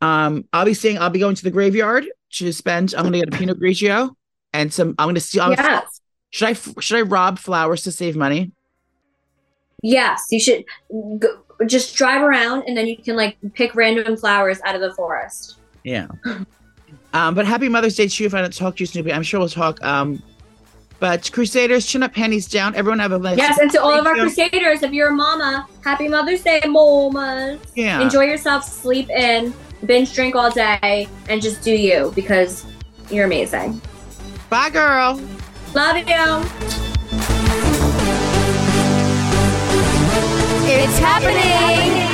S4: Um, I'll be seeing. I'll be going to the graveyard to spend. I'm gonna get a Pinot Grigio and some. I'm gonna steal. I'm-
S2: Yes.
S4: Should I f- should I rob flowers to save money?
S2: Yes. You should go, just drive around and then you can like pick random flowers out of the forest.
S4: Um, but happy Mother's Day to you. If I don't talk to you, Snoopy, I'm sure we'll talk. Um, but Crusaders, chin up, panties down. Everyone have a nice
S2: Yes. And to all of our
S4: Thank you.
S2: crusaders, if you're a mama, happy Mother's Day, mamas.
S4: Yeah.
S2: Enjoy yourself, sleep in, binge drink all day, and just do you because you're amazing.
S4: Bye, girl.
S2: Love you.
S6: It's happening.